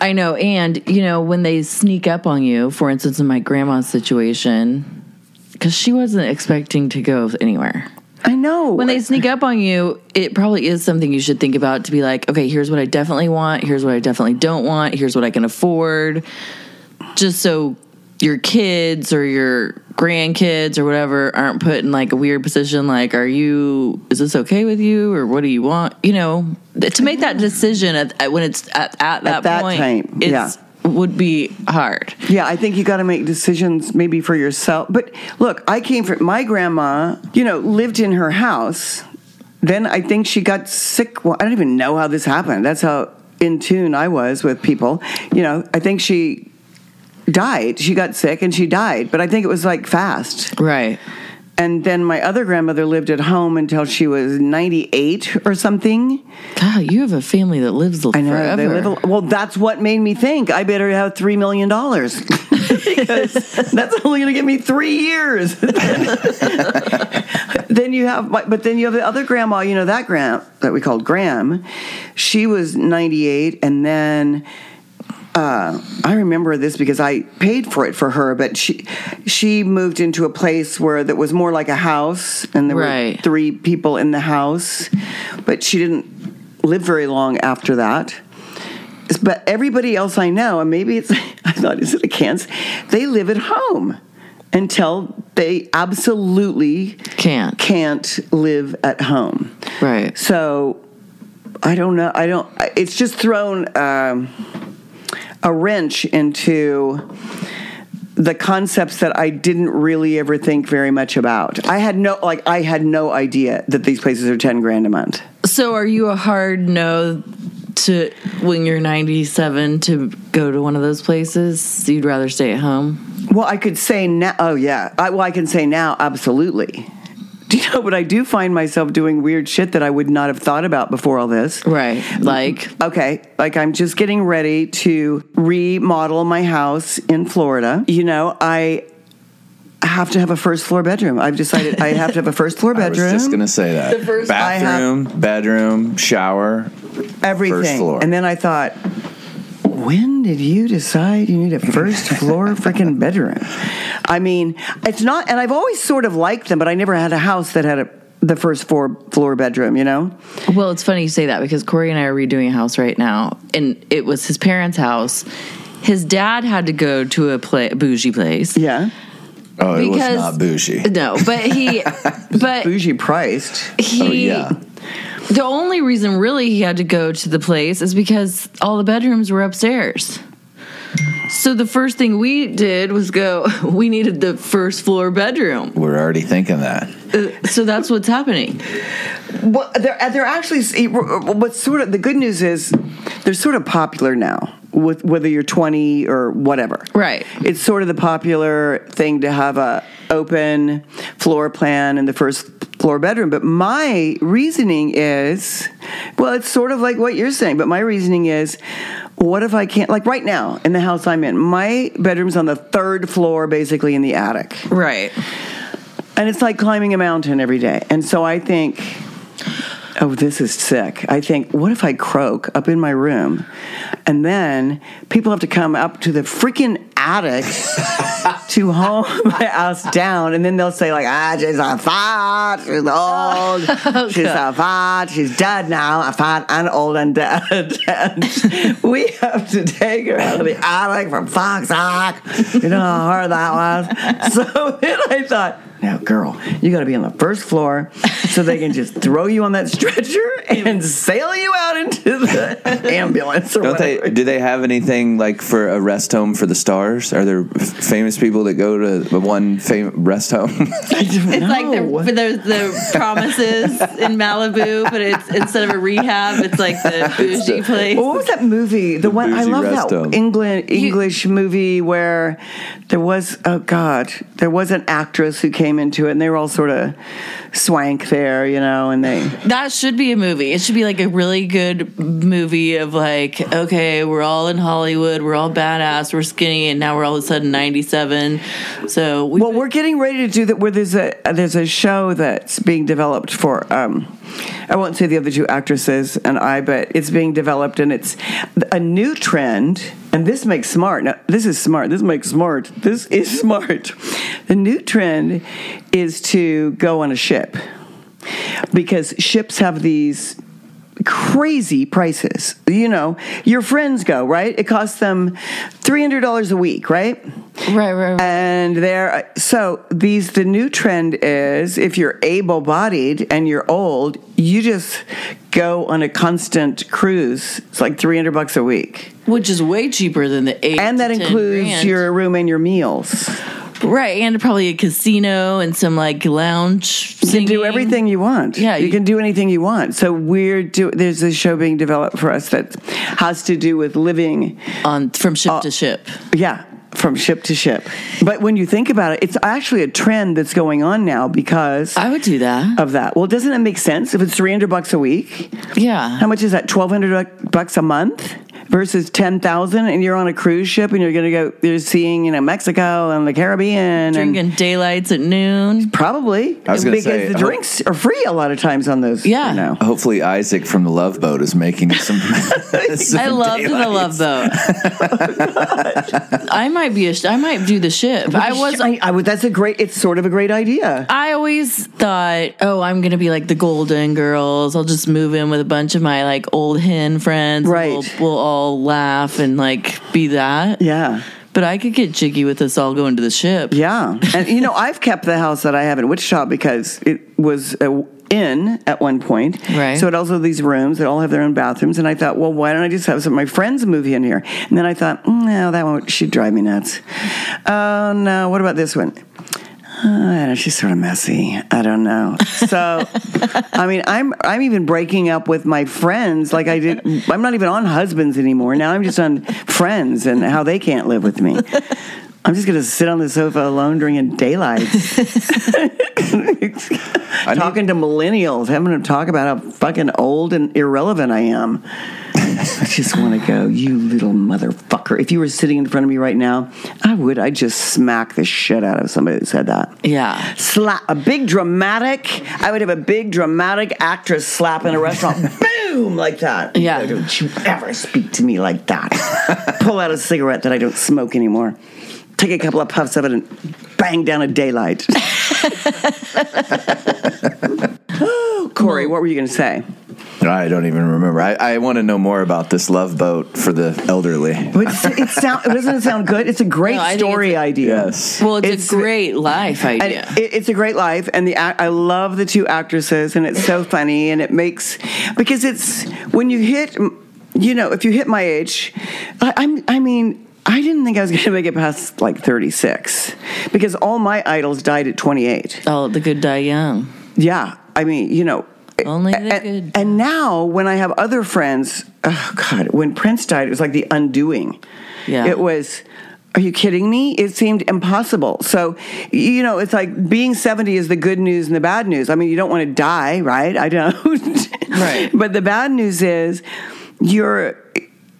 Speaker 3: I know, and you know when they sneak up on you. For instance, in my grandma's situation, because she wasn't expecting to go anywhere.
Speaker 2: I know
Speaker 3: when they sneak up on you, it probably is something you should think about to be like, okay, here's what I definitely want, here's what I definitely don't want, here's what I can afford, just so your kids or your grandkids or whatever aren't put in like a weird position like are you is this okay with you or what do you want you know th- to make that decision at, at- when it's at, at that,
Speaker 2: that
Speaker 3: point
Speaker 2: time,
Speaker 3: it's,
Speaker 2: yeah.
Speaker 3: would be hard
Speaker 2: Yeah, I think you got to make decisions maybe for yourself. But look, I came from my grandma, you know, lived in her house. Then I think she got sick. Well, I don't even know how this happened. That's how in tune I was with people. You know, I think she died. She got sick and she died, but I think it was like fast.
Speaker 3: right
Speaker 2: And then my other grandmother lived at home until she was 98 or something.
Speaker 3: god you have a family that lives
Speaker 2: I know
Speaker 3: forever
Speaker 2: they live. A, well, that's what made me think I better have three million dollars because that's only going to give me three years. then you have, my, but then you have the other grandma. You know that grand that we called Graham. She was ninety eight, and then. Uh, I remember this because I paid for it for her, but she she moved into a place where that was more like a house, and there were
Speaker 3: Right.
Speaker 2: three people in the house, but she didn't live very long after that. But everybody else I know, and maybe it's, I thought, is it a Kansas? They live at home until they absolutely
Speaker 3: Can't.
Speaker 2: can't live at home.
Speaker 3: right
Speaker 2: So I don't know. I don't. It's just thrown um, a wrench into the concepts that I didn't really ever think very much about. I had no like. I had no idea that these places are ten grand a month.
Speaker 3: So are you a hard no to when you're 97 to go to one of those places? You'd rather stay at home?
Speaker 2: Well, I could say now. Oh yeah. I, well, I can say now. Absolutely. Do you know? But I do find myself doing weird shit that I would not have thought about before all this.
Speaker 3: Right. Like
Speaker 2: Okay, like I'm just getting ready to remodel my house in Florida. You know, I have to have a first floor bedroom. I've decided I have to have a first floor
Speaker 4: I was
Speaker 2: bedroom.
Speaker 4: just gonna say that.
Speaker 3: The first-
Speaker 4: Bathroom, bedroom, shower.
Speaker 2: everything.
Speaker 4: First floor.
Speaker 2: And then I thought, when did you decide you need a first floor freaking bedroom? I mean, it's not, and I've always sort of liked them, but I never had a house that had a the first four floor bedroom, you know?
Speaker 3: well, it's funny you say that because Corey and I are redoing a house right now and it was his parents' house. His dad had to go to a pla bougie place.
Speaker 2: Yeah.
Speaker 4: Oh, it was
Speaker 3: Because-
Speaker 4: not bougie.
Speaker 3: No, but he but
Speaker 2: Bougie priced.
Speaker 3: he
Speaker 4: Oh yeah.
Speaker 3: the only reason really he had to go to the place is because all the bedrooms were upstairs. So the first thing we did was go. We needed the first floor bedroom.
Speaker 4: We're already thinking that.
Speaker 3: Uh, so that's what's happening.
Speaker 2: Well, they're uh, they're actually e, what's sort of the good news is they're sort of popular now. With whether you're 20 or whatever,
Speaker 3: Right.
Speaker 2: It's sort of the popular thing to have a open floor plan in the first floor bedroom. But my reasoning is, well, it's sort of like what you're saying. But my reasoning is, what if I can't? Like right now in the house I'm in, my bedroom's on the third floor, basically in the attic,
Speaker 3: Right.
Speaker 2: and it's like climbing a mountain every day. And so I think, oh, this is sick. I think, what if I croak up in my room and then people have to come up to the freaking attic to home my house down and then they'll say like ah she's a fart she's
Speaker 3: Oh.
Speaker 2: old she's a fart she's dead now a fart and old and dead and we have to take her out of the attic from Fox Hawk you know how hard that was so then I thought now girl you gotta be on the first floor so they can just throw you on that stretcher and sail you out into the ambulance or
Speaker 4: Don't
Speaker 2: whatever.
Speaker 4: they? Do they have anything like for a rest home for the stars? Are there f- famous people that go to the one famous rest home?
Speaker 3: It's like
Speaker 2: No.
Speaker 3: the, for the, the promises in Malibu, but it's instead of a rehab, it's like the bougie place.
Speaker 2: Well, what was that movie? The, one I
Speaker 4: Boozy
Speaker 2: love that
Speaker 4: Resto.
Speaker 2: England English movie where there was oh god, there was an actress who came into it, and they were all sort of swank there, you know, and they
Speaker 3: That should be a movie. It should be like a really good movie of like, okay, we're all in Hollywood, we're all badass, we're skinny, and now we're all of a sudden 97. So we,
Speaker 2: well, we're getting ready to do that. Where there's a there's a show that's being developed for. Um, I won't say the other two actresses and I, but it's being developed and it's a new trend. And this makes smart. Now, this is smart. This makes smart. This is smart. The new trend is to go on a ship because ships have these crazy prices. You know, your friends go, right? It costs them $300 a week, right?
Speaker 3: right, right, right.
Speaker 2: And there, uh, so these, the new trend is if you're able bodied and you're old, you just go on a constant cruise. It's like 300 bucks a week.
Speaker 3: Which is way cheaper than the eight.
Speaker 2: And that
Speaker 3: to 10
Speaker 2: includes
Speaker 3: grand.
Speaker 2: your room and your meals.
Speaker 3: right, and probably a casino and some like lounge.
Speaker 2: You can do everything you want.
Speaker 3: Yeah,
Speaker 2: you,
Speaker 3: you-
Speaker 2: can do anything you want. So we're do. There's a show being developed for us that has to do with living
Speaker 3: on from ship
Speaker 2: Uh,
Speaker 3: to ship.
Speaker 2: Yeah, from ship to ship. But when you think about it, it's actually a trend that's going on now because
Speaker 3: I would do that.
Speaker 2: of that. Well, doesn't it make sense if it's 300 bucks a week?
Speaker 3: yeah.
Speaker 2: How much is that? 1200 bucks a month versus 10,000 and you're on a cruise ship and you're going to go you're seeing, you know, Mexico and the Caribbean and
Speaker 3: Drinking daylights at noon.
Speaker 2: probably
Speaker 4: I was gonna
Speaker 2: because
Speaker 4: say,
Speaker 2: the
Speaker 4: I hope-
Speaker 2: drinks are free a lot of times on those.
Speaker 3: Yeah.
Speaker 2: You know.
Speaker 4: Hopefully, Isaac from the Love Boat is making some. some
Speaker 3: I loved the love boat. I might be a sh- I might do the ship. I was
Speaker 2: I, I would. That's a great. It's sort of a great idea.
Speaker 3: I always thought, oh, I'm gonna be like the Golden Girls. I'll just move in with a bunch of my like old hen friends.
Speaker 2: Right.
Speaker 3: We'll, we'll all laugh and like be that.
Speaker 2: Yeah.
Speaker 3: But I could get jiggy with us all going to the ship.
Speaker 2: Yeah. And you know, I've kept the house that I have in Wichita because it was a inn at one point.
Speaker 3: Right.
Speaker 2: So it also had these rooms that all have their own bathrooms. And I thought, well, why don't I just have some of my friends move in here? And then I thought, mm, no, that one she'd drive me nuts. Oh no, what about this one? Uh, I don't know, she's sort of messy. I don't know. So, I mean, I'm I'm even breaking up with my friends. Like I did, I'm not even on husbands anymore. Now I'm just on friends and how they can't live with me. I'm just gonna sit on the sofa alone drinking daylight,
Speaker 4: I need-
Speaker 2: talking to millennials, having them talk about how fucking old and irrelevant I am. I just want to go, you little motherfucker. If you were sitting in front of me right now, I would. I'd just smack the shit out of somebody that said that.
Speaker 3: Yeah.
Speaker 2: Slap a big dramatic. I would have a big dramatic actress slap in a restaurant. Boom, like that.
Speaker 3: Yeah.
Speaker 2: Like, Don't you ever speak to me like that. Pull out a cigarette that I don't smoke anymore. Take a couple of puffs of it and bang down a daylight. oh, Corey, what were you going to say?
Speaker 4: I don't even remember. I, I want to know more about this Love Boat for the elderly.
Speaker 2: But it's, it sound, doesn't it sound good? It's a great
Speaker 3: No, I think
Speaker 2: story idea.
Speaker 4: Yes.
Speaker 3: Well, it's,
Speaker 2: It's-
Speaker 3: a great life
Speaker 2: And
Speaker 3: idea.
Speaker 2: it, it's a great life, and the act- I love the two actresses, and it's so funny, and it makes because it's when you hit, you know, if you hit my age, I, I'm I mean. I didn't think I was going to make it past like 36 because all my idols died at 28.
Speaker 3: Oh, the good die young.
Speaker 2: Yeah. I mean, you know.
Speaker 3: Only the
Speaker 2: a- a-
Speaker 3: good.
Speaker 2: And now when I have other friends, oh God, when Prince died, it was like the undoing.
Speaker 3: Yeah.
Speaker 2: It was, are you kidding me? It seemed impossible. So, you know, it's like being 70 is the good news and the bad news. I mean, you don't want to die, right? I don't.
Speaker 3: Right.
Speaker 2: But the bad news is you're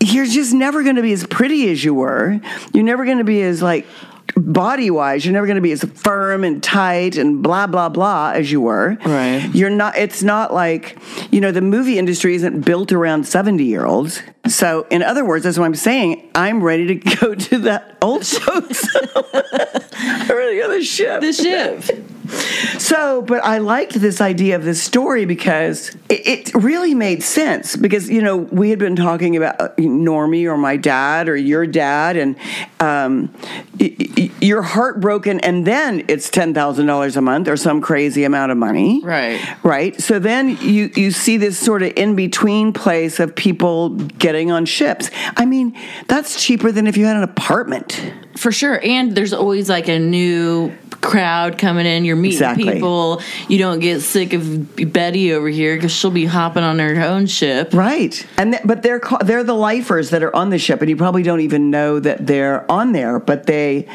Speaker 2: you're just never going to be as pretty as you were. You're never going to be as like body wise. You're never going to be as firm and tight and blah blah blah as you were.
Speaker 3: Right.
Speaker 2: You're not. It's not like you know the movie industry isn't built around seventy year olds. So in other words, that's what I'm saying. I'm ready to go to that old shows. I'm ready to go to the ship.
Speaker 3: The ship.
Speaker 2: So, but I liked this idea of this story because it, it really made sense. Because you know we had been talking about uh, Normie or my dad or your dad, and um, y- y- you're heartbroken, and then it's ten thousand dollars a month or some crazy amount of money,
Speaker 3: Right.
Speaker 2: Right. So then you you see this sort of in between place of people getting on ships. I mean, that's cheaper than if you had an apartment.
Speaker 3: For sure. And there's always like a new crowd coming in. You're meeting
Speaker 2: Exactly.
Speaker 3: people. You don't get sick of Betty over here because she'll be hopping on her own ship.
Speaker 2: Right, and th- but they're ca- they're the lifers that are on the ship, and you probably don't even know that they're on there, but they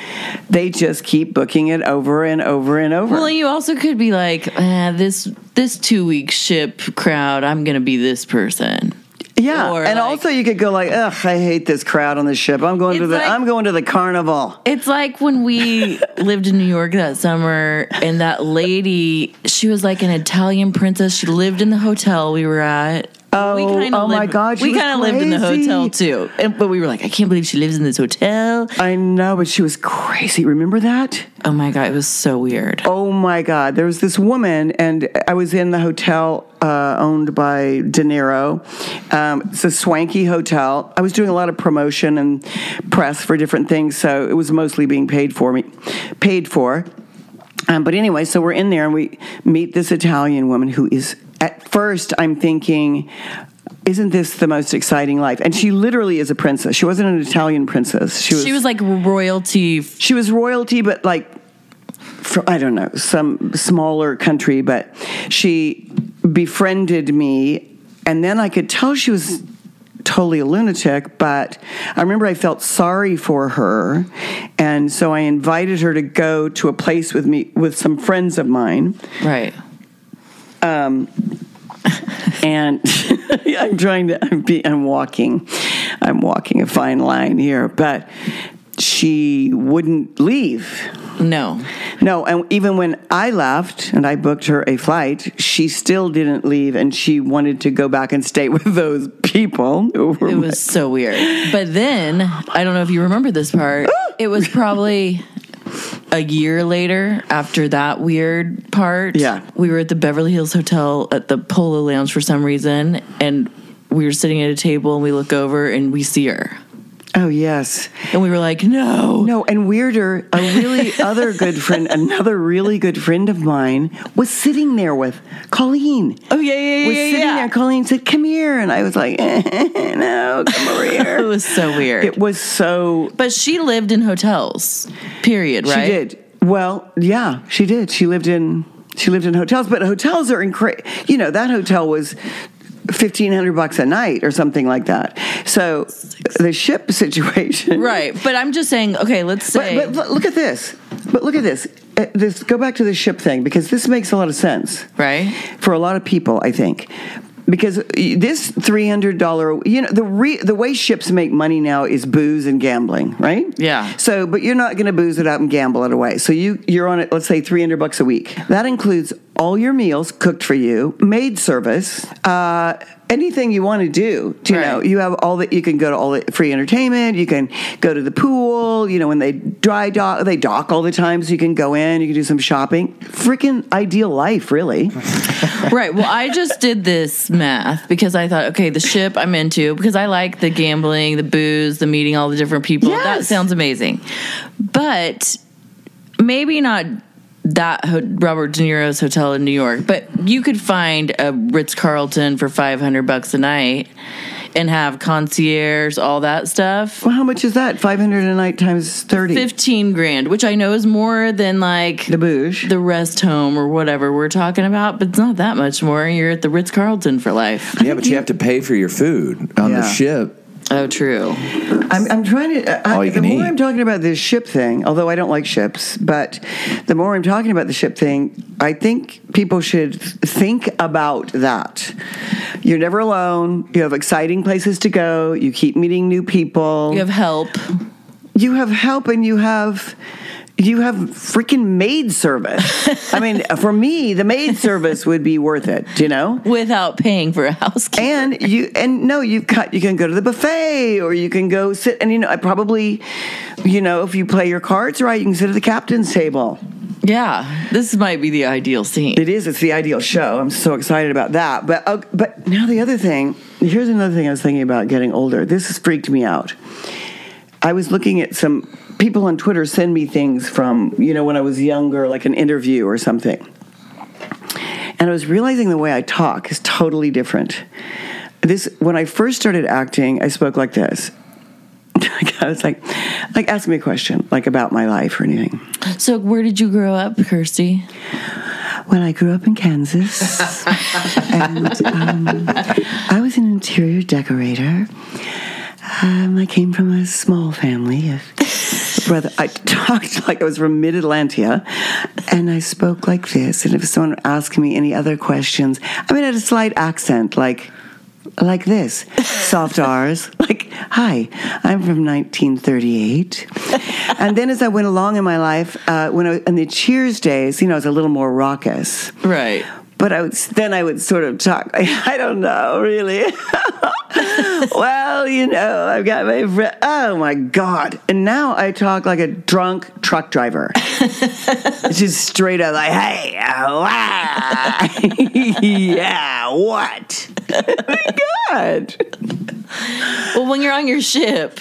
Speaker 2: they just keep booking it over and over and over.
Speaker 3: Well, you also could be like, eh, this this two week ship crowd. I'm gonna be this person.
Speaker 2: yeah,
Speaker 3: or
Speaker 2: and
Speaker 3: like-
Speaker 2: also you could go like, ugh, I hate this crowd on the ship. I'm going to
Speaker 3: It's
Speaker 2: the
Speaker 3: like-
Speaker 2: I'm going to the carnival.
Speaker 3: It's like when we lived in New York that summer, and that lady, she was like an Italian princess. She lived in the hotel we were at. we
Speaker 2: Oh,
Speaker 3: kinda
Speaker 2: oh my
Speaker 3: lived-
Speaker 2: God, she
Speaker 3: we
Speaker 2: was
Speaker 3: kind of lived in the
Speaker 2: crazy.
Speaker 3: hotel too, and but we were like, I can't believe she lives in this hotel.
Speaker 2: I know, but she was crazy. Remember that?
Speaker 3: Oh my god, it was so weird.
Speaker 2: Oh my God. There was this woman, and I was in the hotel uh, owned by De Niro. Um, it's a swanky hotel. I was doing a lot of promotion and press for different things, so it was mostly being paid for me, paid for. Um, but anyway, so we're in there and we meet this Italian woman who is, at first, I'm thinking, isn't this the most exciting life? And she literally is a princess. She wasn't an Italian princess. She was,
Speaker 3: She was like royalty. f-
Speaker 2: she was royalty, but like from I don't know some smaller country. But she befriended me, and then I could tell she was totally a lunatic. But I remember I felt sorry for her, and so I invited her to go to a place with me with some friends of mine.
Speaker 3: Right.
Speaker 2: and I'm trying to I'm, be, I'm walking I'm walking a fine line here, but she wouldn't leave.
Speaker 3: No.
Speaker 2: No, and even when I left and I booked her a flight, she still didn't leave and she wanted to go back and stay with those people. who were
Speaker 3: It was so weird. But then, I don't know if you remember this part. It was probably a year later after that weird part.
Speaker 2: Yeah.
Speaker 3: We were at the Beverly Hills Hotel at the Polo Lounge for some reason. And we were sitting at a table and we look over and we see her.
Speaker 2: oh, yes.
Speaker 3: And we were like, no.
Speaker 2: No, and weirder, a really other good friend, another really good friend of mine was sitting there with Colleen.
Speaker 3: Oh, yeah, yeah, yeah.
Speaker 2: Was
Speaker 3: yeah,
Speaker 2: sitting
Speaker 3: yeah.
Speaker 2: there. Colleen said, "Come here," and I was like, "No, come over
Speaker 3: It
Speaker 2: here."
Speaker 3: was so weird.
Speaker 2: it was so.
Speaker 3: but she lived in hotels, period, right?
Speaker 2: She did well. Yeah, she did. She lived in she lived in hotels, but hotels are incredible. You know that hotel was. Fifteen hundred bucks a night, or something like that. So, the ship situation,
Speaker 3: Right. But I'm just saying, okay, let's say.
Speaker 2: But, but look at this. But look at this. Uh, This go back to the ship thing because this makes a lot of sense,
Speaker 3: Right.
Speaker 2: For a lot of people, I think, because uh, this three hundred dollar, you know, the re, the way ships make money now is booze and gambling, right?
Speaker 3: Yeah.
Speaker 2: So, but you're not going to booze it out and gamble it away. So you you're on it. Let's say three hundred bucks a week. That includes all your meals cooked for you, maid service. Uh, Anything you want to do, you know,
Speaker 3: Right.
Speaker 2: you have all that. You can go to all the free entertainment. You can go to the pool. You know, when they dry dock, they dock all the time, so you can go in. You can do some shopping. Freaking ideal life, really.
Speaker 3: right. Well, I just did this math because I thought, okay, the ship I'm into because I like the gambling, the booze, the meeting all the different people. That
Speaker 2: Yes.
Speaker 3: sounds amazing. But maybe not that ho- Robert De Niro's hotel in New York, but you could find a Ritz Carlton for five hundred bucks a night and have concierge, all that stuff.
Speaker 2: Well, how much is that? 500 a night times 30.
Speaker 3: Fifteen grand, which I know is more than like
Speaker 2: The bouge.
Speaker 3: the rest home or whatever we're talking about, but it's not that much more. You're at the Ritz Carlton for life.
Speaker 4: Yeah, but you have to pay for your food on the
Speaker 2: Yeah.
Speaker 4: ship.
Speaker 3: Oh, true.
Speaker 2: I'm, I'm trying to. uh, I,
Speaker 4: All you
Speaker 2: the
Speaker 4: can
Speaker 2: more
Speaker 4: eat.
Speaker 2: I'm talking about this ship thing, although I don't like ships, but the more I'm talking about the ship thing, I think people should think about that. You're never alone. You have exciting places to go. You keep meeting new people.
Speaker 3: You have help.
Speaker 2: you have help and you have you have freaking maid service. I mean, for me, the maid service would be worth it, you know?
Speaker 3: Without paying for a housekeeper.
Speaker 2: And you and no, you've got you can go to the buffet or you can go sit and you know, I probably you know, if you play your cards right, you can sit at the captain's table.
Speaker 3: yeah, this might be the ideal scene.
Speaker 2: It is. It's the ideal show. I'm so excited about that. But uh, but now the other thing. Here's another thing I was thinking about getting older. This has freaked me out. I was looking at some people on Twitter send me things from you know when I was younger, like an interview or something. And I was realizing the way I talk is totally different. This when I first started acting, I spoke like this. Like, I was like, like ask me a question, like about my life or anything.
Speaker 3: So, where did you grow up, Kirsty?
Speaker 2: Well, I grew up in Kansas, and um, I was an interior decorator. Um, I came from a small family of brother. I talked like I was from Mid Atlantia, and I spoke like this. And if someone asked me any other questions, I mean, I had a slight accent, like like this, soft R's, like hi, I'm from 1938. and then as I went along in my life, uh, when I, in the Cheers days, you know, I was a little more raucous.
Speaker 3: Right.
Speaker 2: But I would, then I would sort of talk. I don't know, really. well, you know, I've got my friend. Oh my god! And now I talk like a drunk truck driver. it's just straight up like, hey, uh, wha- yeah, what? oh my god!
Speaker 3: Well, when you're on your ship,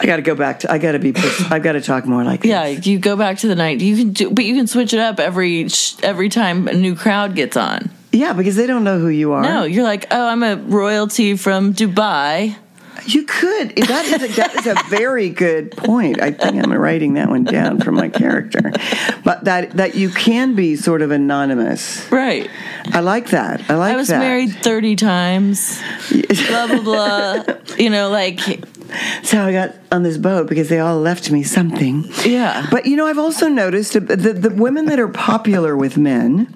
Speaker 2: I got to go back to. I got to be. pers- I've got to talk more like.
Speaker 3: yeah, you go back to the night. You can do, but you can switch it up every sh- every time a new crowd gets on.
Speaker 2: yeah, because they don't know who you are.
Speaker 3: No, you're like, oh, I'm a royalty from Dubai.
Speaker 2: You could. That is a, that is a very good point. I think I'm writing that one down for my character. But that that you can be sort of anonymous.
Speaker 3: Right.
Speaker 2: I like that. I like that.
Speaker 3: I was married 30 times. blah blah blah. You know, like
Speaker 2: So I got on this boat because they all left me something.
Speaker 3: yeah.
Speaker 2: But you know, I've also noticed that the, the women that are popular with men.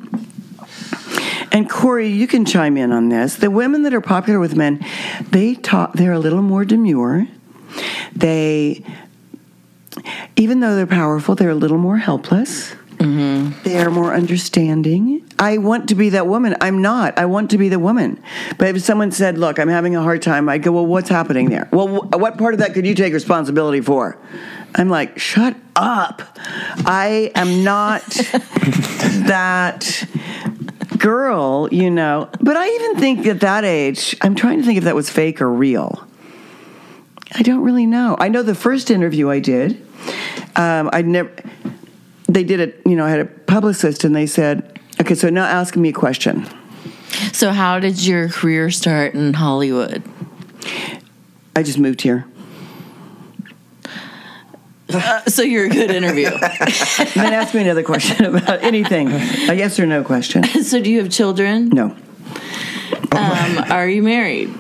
Speaker 2: And Corey, you can chime in on this. The women that are popular with men, they talk. They're a little more demure. They, even though they're powerful, they're a little more helpless. They are more understanding. I want to be that woman. I'm not. I want to be the woman. But if someone said, "Look, I'm having a hard time," I go, "Well, what's happening there? Well, wh- what part of that could you take responsibility for?" I'm like, "Shut up! I am not that." Girl, you know, but I even think at that age, I'm trying to think if that was fake or real. I don't really know. I know the first interview I did, um, I'd never. They did it. You know, I had a publicist, and they said, "Okay, so now ask me a question."
Speaker 3: So, how did your career start in Hollywood?
Speaker 2: I just moved here.
Speaker 3: So, you're a good interview.
Speaker 2: And then ask me another question about anything. A yes or no question.
Speaker 3: so, do you have children?
Speaker 2: No.
Speaker 3: Um, are you married?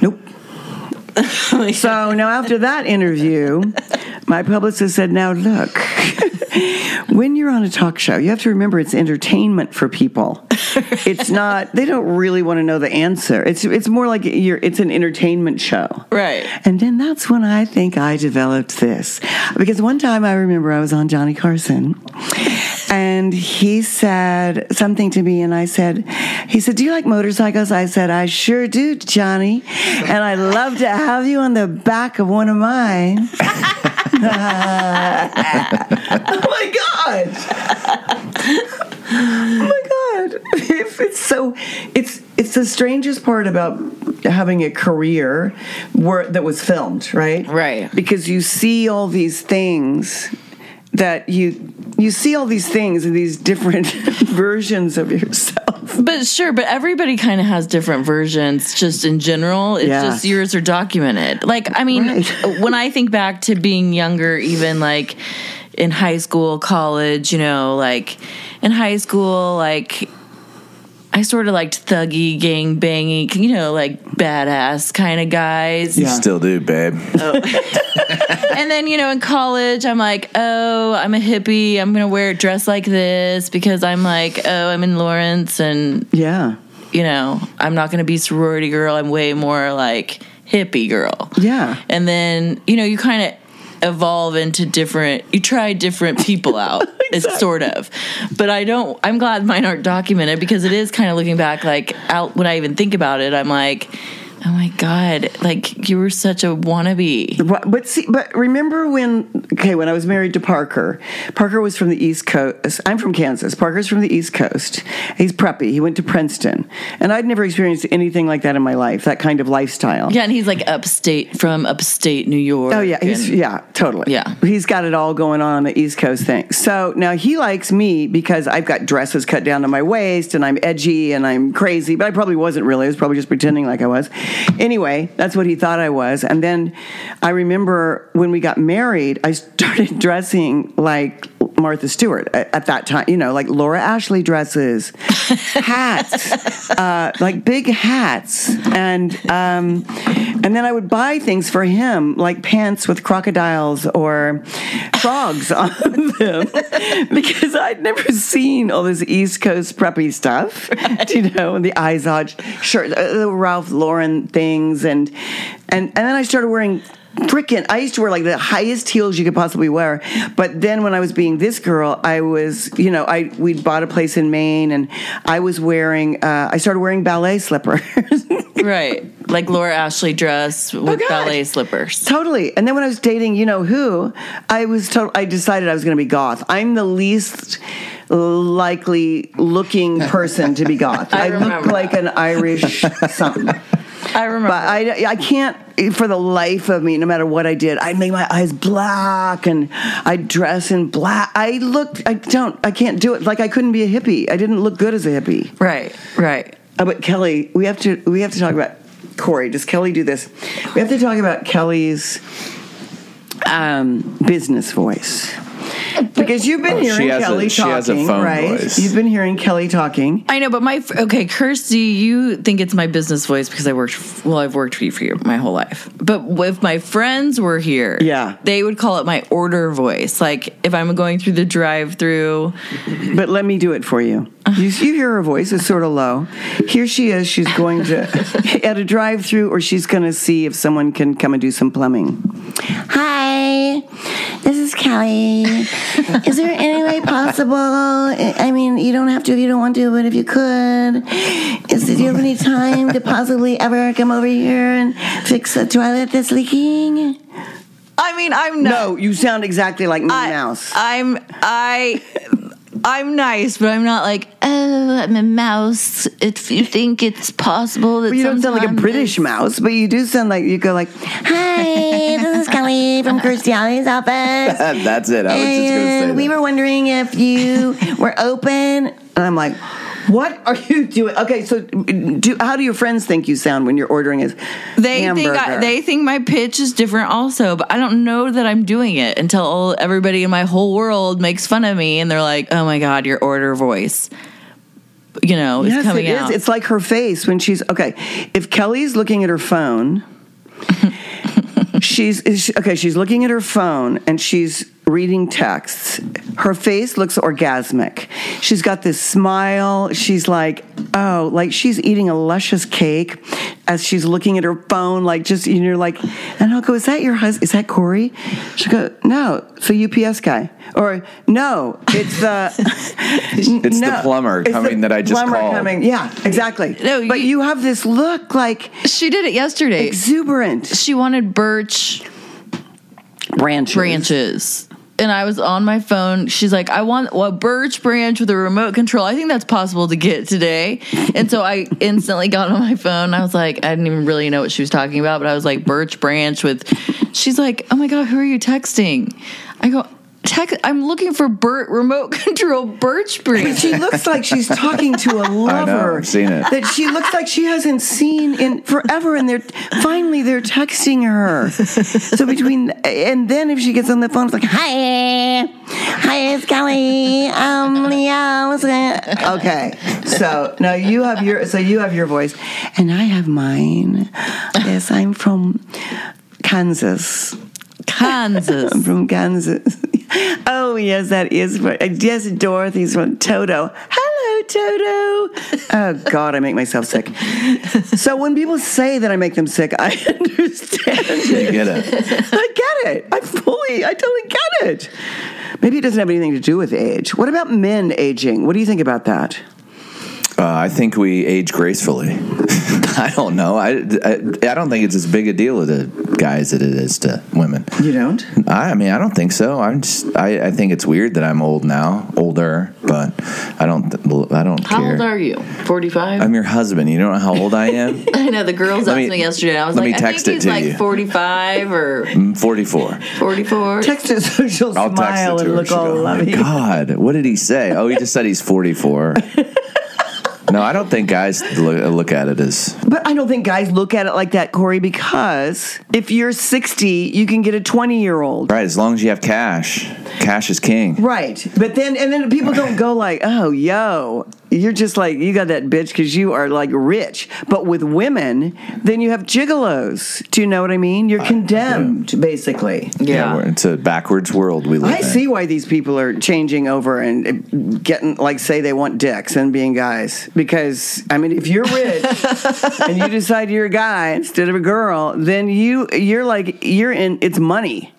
Speaker 2: Nope. so now after that interview, my publicist said, "Now look, when you're on a talk show, you have to remember it's entertainment for people. It's not. They don't really want to know the answer. It's it's more like you're. It's an entertainment show,
Speaker 3: Right.
Speaker 2: And then that's when I think I developed this. Because one time I remember I was on Johnny Carson and he said something to me and I said, he said, Do you like motorcycles? I said, I sure do, Johnny. And I'd love to have you on the back of one of mine. oh my God. Oh my god! If it's so, it's it's the strangest part about having a career where that was filmed, right?
Speaker 3: Right.
Speaker 2: Because you see all these things that you you see all these things and these different versions of yourself.
Speaker 3: But sure, but everybody kind of has different versions just in general. It's
Speaker 2: Yeah.
Speaker 3: just yours are documented. Like, I mean,
Speaker 2: Right.
Speaker 3: when I think back to being younger, even like in high school, college, you know, like in high school, like I sort of liked thuggy, gang bangy, you know, like badass kind of guys.
Speaker 4: You still do, babe.
Speaker 3: And then, you know, in college, I'm like, oh, I'm a hippie. I'm going to wear a dress like this because I'm like, oh, I'm in Lawrence and
Speaker 2: Yeah.
Speaker 3: you know, I'm not going to be sorority girl. I'm way more like hippie girl.
Speaker 2: Yeah.
Speaker 3: And then, you know, you kind of evolve into different, you try different people out. It's sort of. But I don't, I'm glad mine aren't documented because it is kind of looking back, like, out when I even think about it, I'm like, oh my God, like, you were such a wannabe.
Speaker 2: But, but see, but remember when? Okay, when I was married to Parker, Parker was from the East Coast. I'm from Kansas. Parker's from the East Coast. He's preppy. He went to Princeton, and I'd never experienced anything like that in my life. That kind of lifestyle.
Speaker 3: Yeah. And he's like upstate from upstate New York.
Speaker 2: Oh yeah, he's
Speaker 3: and-
Speaker 2: yeah, totally.
Speaker 3: Yeah.
Speaker 2: he's got it all going on on the East Coast thing. So now he likes me because I've got dresses cut down to my waist and I'm edgy and I'm crazy, but I probably wasn't really. I was probably just pretending like I was. Anyway, that's what he thought I was. And then I remember when we got married, I started dressing like Martha Stewart at, at that time. You know, like Laura Ashley dresses, hats, uh, like big hats, and um, and then I would buy things for him, like pants with crocodiles or frogs on them, because I'd never seen all this East Coast preppy stuff, you know, and the Izod shirt, uh, the Ralph Lauren things, and and and then I started wearing freaking I used to wear like the highest heels you could possibly wear. But then when I was being this girl, I was, you know, I we'd bought a place in Maine and I was wearing uh, I started wearing ballet slippers.
Speaker 3: Right. Like Laura Ashley dress with
Speaker 2: God.
Speaker 3: ballet slippers.
Speaker 2: totally. And then when I was dating, you know who, I was total I decided I was going to be goth. I'm the least likely looking person to be goth.
Speaker 3: I
Speaker 2: I, look
Speaker 3: remember
Speaker 2: like an Irish something.
Speaker 3: I remember.
Speaker 2: But I, I can't, for the life of me, no matter what I did, I'd make my eyes black and I'd dress in black. I looked, I don't, I can't do it. Like I couldn't be a hippie. I didn't look good as a hippie.
Speaker 3: right. Right.
Speaker 2: Oh, but Kelly, we have to, we have to talk about Corey. Does Kelly do this? We have to talk about Kelly's um, business voice. Because you've been
Speaker 4: Oh, she
Speaker 2: hearing
Speaker 4: has a-
Speaker 2: Kelly
Speaker 4: she
Speaker 2: talking,
Speaker 4: has a phone
Speaker 2: right?
Speaker 4: voice.
Speaker 2: You've been hearing Kelly talking.
Speaker 3: I know, but my okay, Kirsty, you think it's my business voice because I worked. Well, I've worked for you for you my whole life. But if my friends were here,
Speaker 2: Yeah.
Speaker 3: they would call it my order voice. Like if I'm going through the drive-through,
Speaker 2: But let me do it for you. You, you hear her voice; it's sort of low. Here she is. She's going to at a drive-through, or she's going to see if someone can come and do some plumbing. Hi, this is Kelly. Is there any way possible? I mean, you don't have to if you don't want to, but if you could, is do you have any time to possibly ever come over here and fix a toilet that's leaking?
Speaker 3: I mean, I'm not.
Speaker 2: No, you sound exactly like me Mouse.
Speaker 3: I, am I. I'm nice, but I'm not like oh, I'm a mouse. If you think it's possible that
Speaker 2: But you don't sound like a
Speaker 3: sometime
Speaker 2: British
Speaker 3: this-
Speaker 2: mouse, but you do sound like you go like,
Speaker 5: Hi, this is Kelly from Christiani's office.
Speaker 4: That's it. I was just gonna say.
Speaker 5: And we
Speaker 4: that.
Speaker 5: were wondering if you were open.
Speaker 2: and I'm like, what are you doing? Okay, so do how do your friends think you sound when you're ordering a
Speaker 3: They
Speaker 2: hamburger?
Speaker 3: think I, they think my pitch is different also, but I don't know that I'm doing it until all, everybody in my whole world makes fun of me and they're like, "Oh my god, your order voice." You know,
Speaker 2: yes,
Speaker 3: is coming
Speaker 2: it is.
Speaker 3: out.
Speaker 2: It's like her face when she's okay. If Kelly's looking at her phone, she's is she- okay. She's looking at her phone and she's reading texts. Her face looks orgasmic. She's got this smile. She's like, oh, like she's eating a luscious cake as she's looking at her phone. Like just you know, like, and I'll go, is that your husband? Is that Corey? She will go, no, it's the UPS guy, or no, it's the
Speaker 4: It's the plumber coming that I just
Speaker 2: plumber
Speaker 4: called.
Speaker 2: Coming. Yeah, exactly.
Speaker 3: No,
Speaker 2: but
Speaker 3: you-
Speaker 2: you have this look like
Speaker 3: she did it yesterday.
Speaker 2: exuberant
Speaker 3: she wanted birch
Speaker 2: branches.
Speaker 3: branches. And I was on my phone. She's like, I want a birch branch with a remote control. I think that's possible to get today. And so I instantly got on my phone. I was like, I didn't even really know what she was talking about, but I was like, birch branch with. She's like, Oh my God, who are you texting? I go, tech. I'm looking for Bert remote control birch breeze.
Speaker 2: She looks like she's talking to a lover.
Speaker 4: I've seen it.
Speaker 2: That she looks like she hasn't seen in forever, and they're finally they're texting her. So between and then if she gets on the phone, it's like hi.
Speaker 5: Hi, hi, it's Kelly. Um, yeah, listen.
Speaker 2: Okay, so now you have your so you have your voice, and I have mine. Yes, I'm from Kansas.
Speaker 3: Kansas.
Speaker 2: I'm from Kansas. Oh yes, that is. right. Uh, Yes, Dorothy's from Toto. Hello, Toto. Oh God, I make myself sick. So when people say that I make them sick, I understand it.
Speaker 4: You get it.
Speaker 2: I get it. I fully, I totally get it. Maybe it doesn't have anything to do with age. What about men aging? What do you think about that?
Speaker 4: Uh, I think we age gracefully. I don't know. I, I, I don't think it's as big a deal to guys that it is to women.
Speaker 2: You don't.
Speaker 4: I, I mean, I don't think so. I'm just. I, I think it's weird that I'm old now, older, but I don't. th- I don't
Speaker 3: How
Speaker 4: care.
Speaker 3: old are you? 45?
Speaker 4: I'm your husband. You don't know how old I am.
Speaker 3: I know the girls asked
Speaker 4: me-
Speaker 3: me, yesterday. and I was
Speaker 4: let
Speaker 3: like,
Speaker 4: me text
Speaker 3: I
Speaker 4: it
Speaker 3: think he's
Speaker 4: to
Speaker 3: like
Speaker 4: you.
Speaker 3: 45 or
Speaker 4: I'm 44.
Speaker 3: 44.
Speaker 2: Text a social
Speaker 4: I'll text
Speaker 2: smile
Speaker 4: it to
Speaker 2: and
Speaker 4: her.
Speaker 2: look
Speaker 4: She'll
Speaker 2: all
Speaker 4: go, oh my
Speaker 2: lovey.
Speaker 4: God, what did he say? Oh, he just said he's 44. no, I don't think guys look, look at it as.
Speaker 2: But I don't think guys look at it like that, Corey, because if you're 60, you can get a 20 year old.
Speaker 4: Right, as long as you have cash. Cash is king.
Speaker 2: Right. But then, and then people don't go like, oh, yo, you're just like, you got that bitch because you are like rich. But with women, then you have gigolos. Do you know what I mean? You're condemned, basically.
Speaker 3: Yeah.
Speaker 4: we're- it's a backwards world we live
Speaker 2: I
Speaker 4: in.
Speaker 2: see why these people are changing over and uh, getting, like, say they want dicks and being guys. Because, I mean, if you're rich and you decide you're a guy instead of a girl, then you, you're like, you're in, it's money.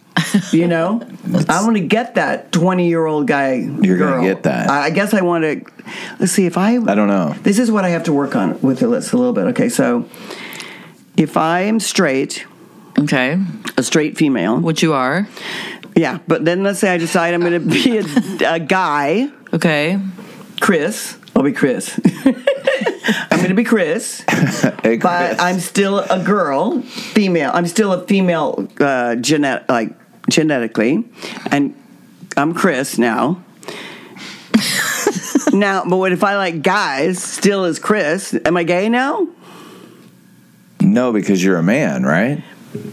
Speaker 2: You know, I want to get that 20 year old guy.
Speaker 4: You're gonna
Speaker 2: girl.
Speaker 4: get that.
Speaker 2: I, I guess I want to, let's see if I,
Speaker 4: I don't know.
Speaker 2: this is what I have to work on with the list a little bit. Okay, so if I am straight,
Speaker 3: Okay.
Speaker 2: a straight female,
Speaker 3: What you are.
Speaker 2: yeah, but then let's say I decide I'm going to be a, a guy,
Speaker 3: Okay.
Speaker 2: Chris. I'll be Chris. I'm going to be Chris,
Speaker 4: Hey,
Speaker 2: but
Speaker 4: Chris.
Speaker 2: I'm still a girl, female. I'm still a female uh, genet- like genetically, and I'm Chris now. now, but what if I like guys? Still as Chris? Am I gay now?
Speaker 4: no, because you're a man, right?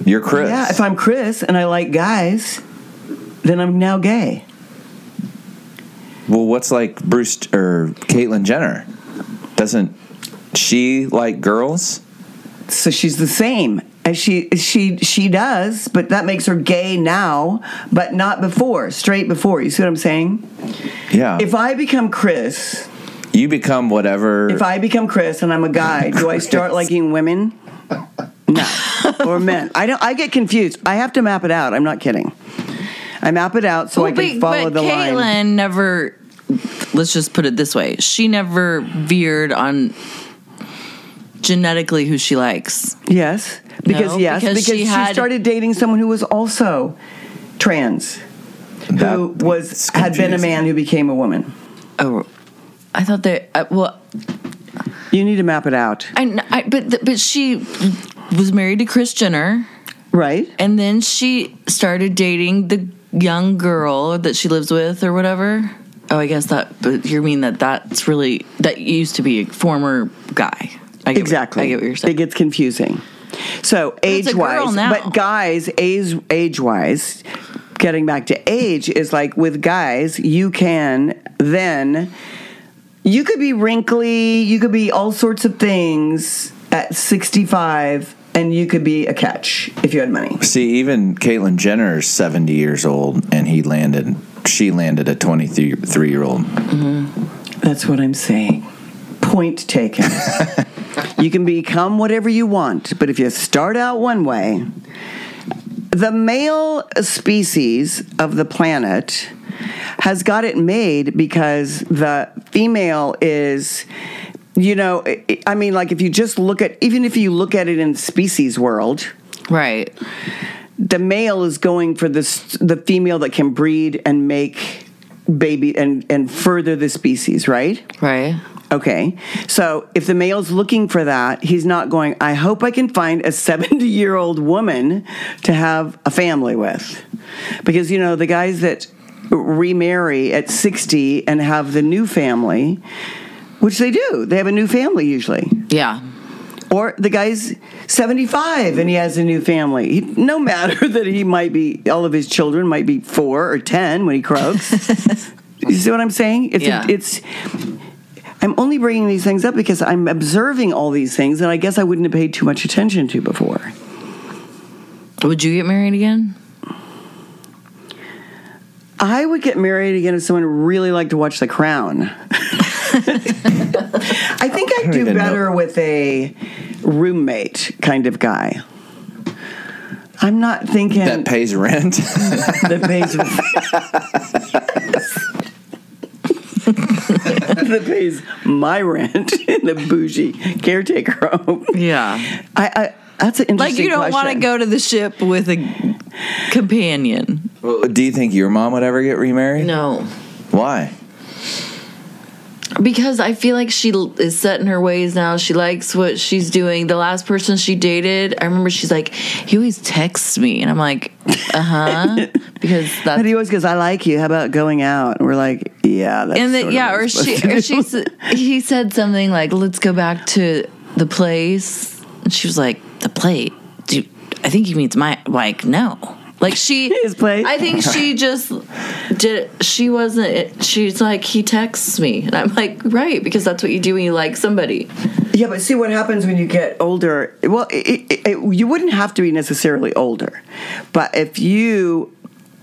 Speaker 4: You're Chris.
Speaker 2: Yeah. If I'm Chris and I like guys, then I'm now gay.
Speaker 4: well, what's like Bruce or Caitlyn Jenner? Doesn't she like girls?
Speaker 2: so she's the same as she she she does but that makes her gay now but not before straight before you see what i'm saying
Speaker 4: Yeah.
Speaker 2: if i become chris
Speaker 4: you become whatever.
Speaker 2: if i become chris and i'm a guy do i start liking women no or men i don't i get confused i have to map it out i'm not kidding i map it out so i
Speaker 3: Well,
Speaker 2: can follow
Speaker 3: but
Speaker 2: the
Speaker 3: Caitlyn
Speaker 2: line
Speaker 3: never. Let's just put it this way: she never veered on genetically who she likes.
Speaker 2: yes because
Speaker 3: No,
Speaker 2: yes because,
Speaker 3: because
Speaker 2: she,
Speaker 3: she had-
Speaker 2: started dating someone who was also trans
Speaker 4: That-
Speaker 2: who was
Speaker 4: it's
Speaker 2: had been a
Speaker 4: confusing.
Speaker 2: man who became a woman
Speaker 3: Oh, I thought that. Uh, well,
Speaker 2: you need to map it out
Speaker 3: I, kn- I but th- but she was married to Chris Jenner,
Speaker 2: Right.
Speaker 3: and then she started dating the young girl that she lives with or whatever. Oh, I guess that. But you mean that that's really that used to be a former guy. I get what-
Speaker 2: Exactly.
Speaker 3: I get what you're saying.
Speaker 2: It gets confusing. So
Speaker 3: it's a
Speaker 2: age
Speaker 3: girl
Speaker 2: wise,
Speaker 3: now.
Speaker 2: but guys, age age wise, getting back to age is like with guys, you can then you could be wrinkly, you could be all sorts of things at 65 and you could be a catch if you had money.
Speaker 4: See, even Caitlyn Jenner is 70 years old, and he landed. She landed a 23 year old.
Speaker 2: That's what I'm saying. Point taken. you can become whatever you want, but if you start out one way, the male species of the planet has got it made because the female is you know I- i mean like if you just look at even if you look at it in species world
Speaker 3: Right.
Speaker 2: the male is going for this the female that can breed and make baby and and further the species right
Speaker 3: Right.
Speaker 2: Okay. So if the male's looking for that, he's not going, I hope I can find a 70 year old woman to have a family with. Because, you know, the guys that remarry at 60 and have the new family, which they do. They have a new family usually.
Speaker 3: Yeah.
Speaker 2: Or the guy's 75 and he has a new family. He, no matter that he might be, all of his children might be four or 10 when he croaks. you see what I'm saying? It's,
Speaker 3: Yeah.
Speaker 2: it's, I'm only bringing these things up because I'm observing all these things that I guess I wouldn't have paid too much attention to before.
Speaker 3: Would you get married again?
Speaker 2: I would get married again if someone really liked to watch The Crown. I think I'd do
Speaker 4: even know.
Speaker 2: better with a roommate kind of guy. I'm not thinking
Speaker 4: that pays rent.
Speaker 2: that pays that pays my rent in a bougie caretaker home.
Speaker 3: Yeah.
Speaker 2: I, I that's an interesting
Speaker 3: Like you don't want to
Speaker 2: question.
Speaker 3: go to the ship with a companion.
Speaker 4: Do you think your mom would ever get remarried?
Speaker 3: No.
Speaker 4: Why?
Speaker 3: Because I feel like she l- is set in her ways now. She likes what she's doing. The last person she dated, I remember she's like, he always texts me. And I'm like, uh huh. because
Speaker 2: And
Speaker 3: that's.
Speaker 2: he always goes, "I like you. How about going out?" And we're like, "Yeah, that's
Speaker 3: And
Speaker 2: sort
Speaker 3: then,
Speaker 2: of
Speaker 3: yeah,
Speaker 2: what
Speaker 3: or
Speaker 2: I'm
Speaker 3: she,
Speaker 2: supposed to
Speaker 3: or
Speaker 2: do.
Speaker 3: she's, he said something like, let's go back to the place. And she was like, the plate? Dude, I think he means my, like, no. Like she,
Speaker 2: His place?
Speaker 3: I think she just did. She wasn't. She's like he texts me, and I'm like, right, because that's what you do when you like somebody.
Speaker 2: Yeah, but see what happens when you get older. Well, it, it, it, you wouldn't have to be necessarily older, but if you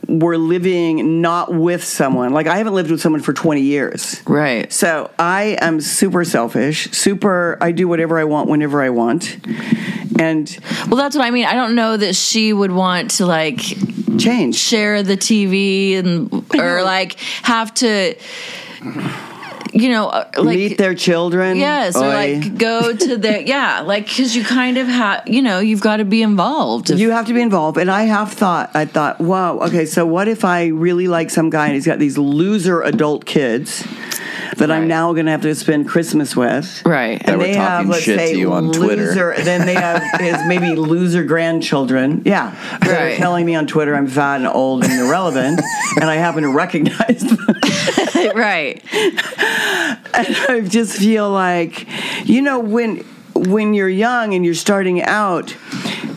Speaker 2: were living not with someone, like I haven't lived with someone for 20 years.
Speaker 3: Right.
Speaker 2: So I am super selfish, super, I do whatever I want whenever I want, and
Speaker 3: Well, that's what I mean. I don't know that she would want to like
Speaker 2: change.
Speaker 3: share the TV and or like have to, you know, uh, like
Speaker 2: Meet their children.
Speaker 3: Yes, or
Speaker 2: Oy.
Speaker 3: like go to the yeah, like because you kind of have you know you've got to be involved. If-
Speaker 2: You have to be involved. And I have thought, I thought, wow, okay, so what if I really like some guy and he's got these loser adult kids that I'm
Speaker 3: Right.
Speaker 2: now going to have to spend Christmas with?
Speaker 3: Right.
Speaker 4: That
Speaker 2: And
Speaker 4: were
Speaker 2: they
Speaker 4: talking
Speaker 2: have, let's
Speaker 4: shit
Speaker 2: say,
Speaker 4: to you on Twitter.
Speaker 2: loser, then they have his maybe loser grandchildren. Yeah. They're
Speaker 3: Right.
Speaker 2: telling me on Twitter I'm fat and old and irrelevant, and I happen to recognize them.
Speaker 3: right.
Speaker 2: I just feel like, you know, when when you're young and you're starting out,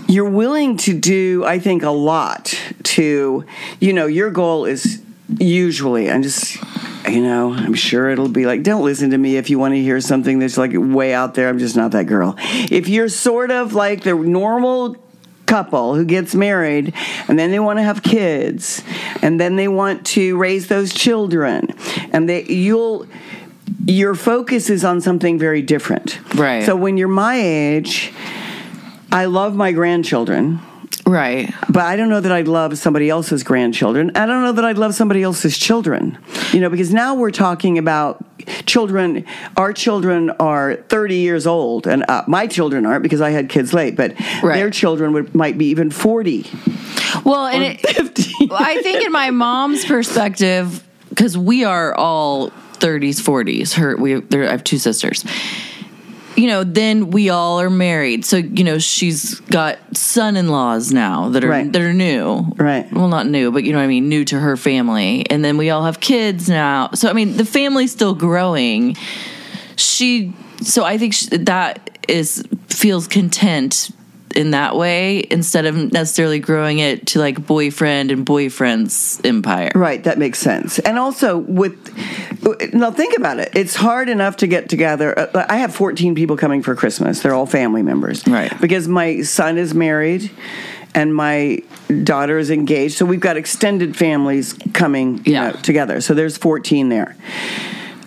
Speaker 2: you're willing to do, I think, a lot to, you know, your goal is usually, I'm just, you know, I'm sure it'll be like, don't listen to me if you want to hear something that's like way out there. I'm just not that girl. If you're sort of like the normal couple who gets married and then they want to have kids and then they want to raise those children and they you'll your focus is on something very different.
Speaker 3: Right.
Speaker 2: So when you're my age, I love my grandchildren,
Speaker 3: Right.
Speaker 2: but I don't know that I'd love somebody else's grandchildren. I don't know that I'd love somebody else's children. You know, because now we're talking about children our children are 30 years old and up. my children aren't because I had kids late, but
Speaker 3: Right.
Speaker 2: their children would might be even 40.
Speaker 3: Well, and it, I think in my mom's perspective, because we are all 30s, 40s. Her, we there, I have two sisters. You know, then we all are married. So you know, she's got son-in-laws now that are
Speaker 2: Right.
Speaker 3: that are new.
Speaker 2: Right.
Speaker 3: Well, not new, but you know what I mean. New to her family, and then we all have kids now. So I mean, the family's still growing. She. So I think sh that is feels content in that way instead of necessarily growing it to like boyfriend and boyfriend's empire.
Speaker 2: Right, that makes sense. And also with now think about it. It's hard enough to get together. Uh, I have 14 people coming for Christmas. They're all family members.
Speaker 3: Right.
Speaker 2: Because my son is married and my daughter is engaged. So we've got extended families coming you
Speaker 3: Yeah.
Speaker 2: know, together. So there's 14 there.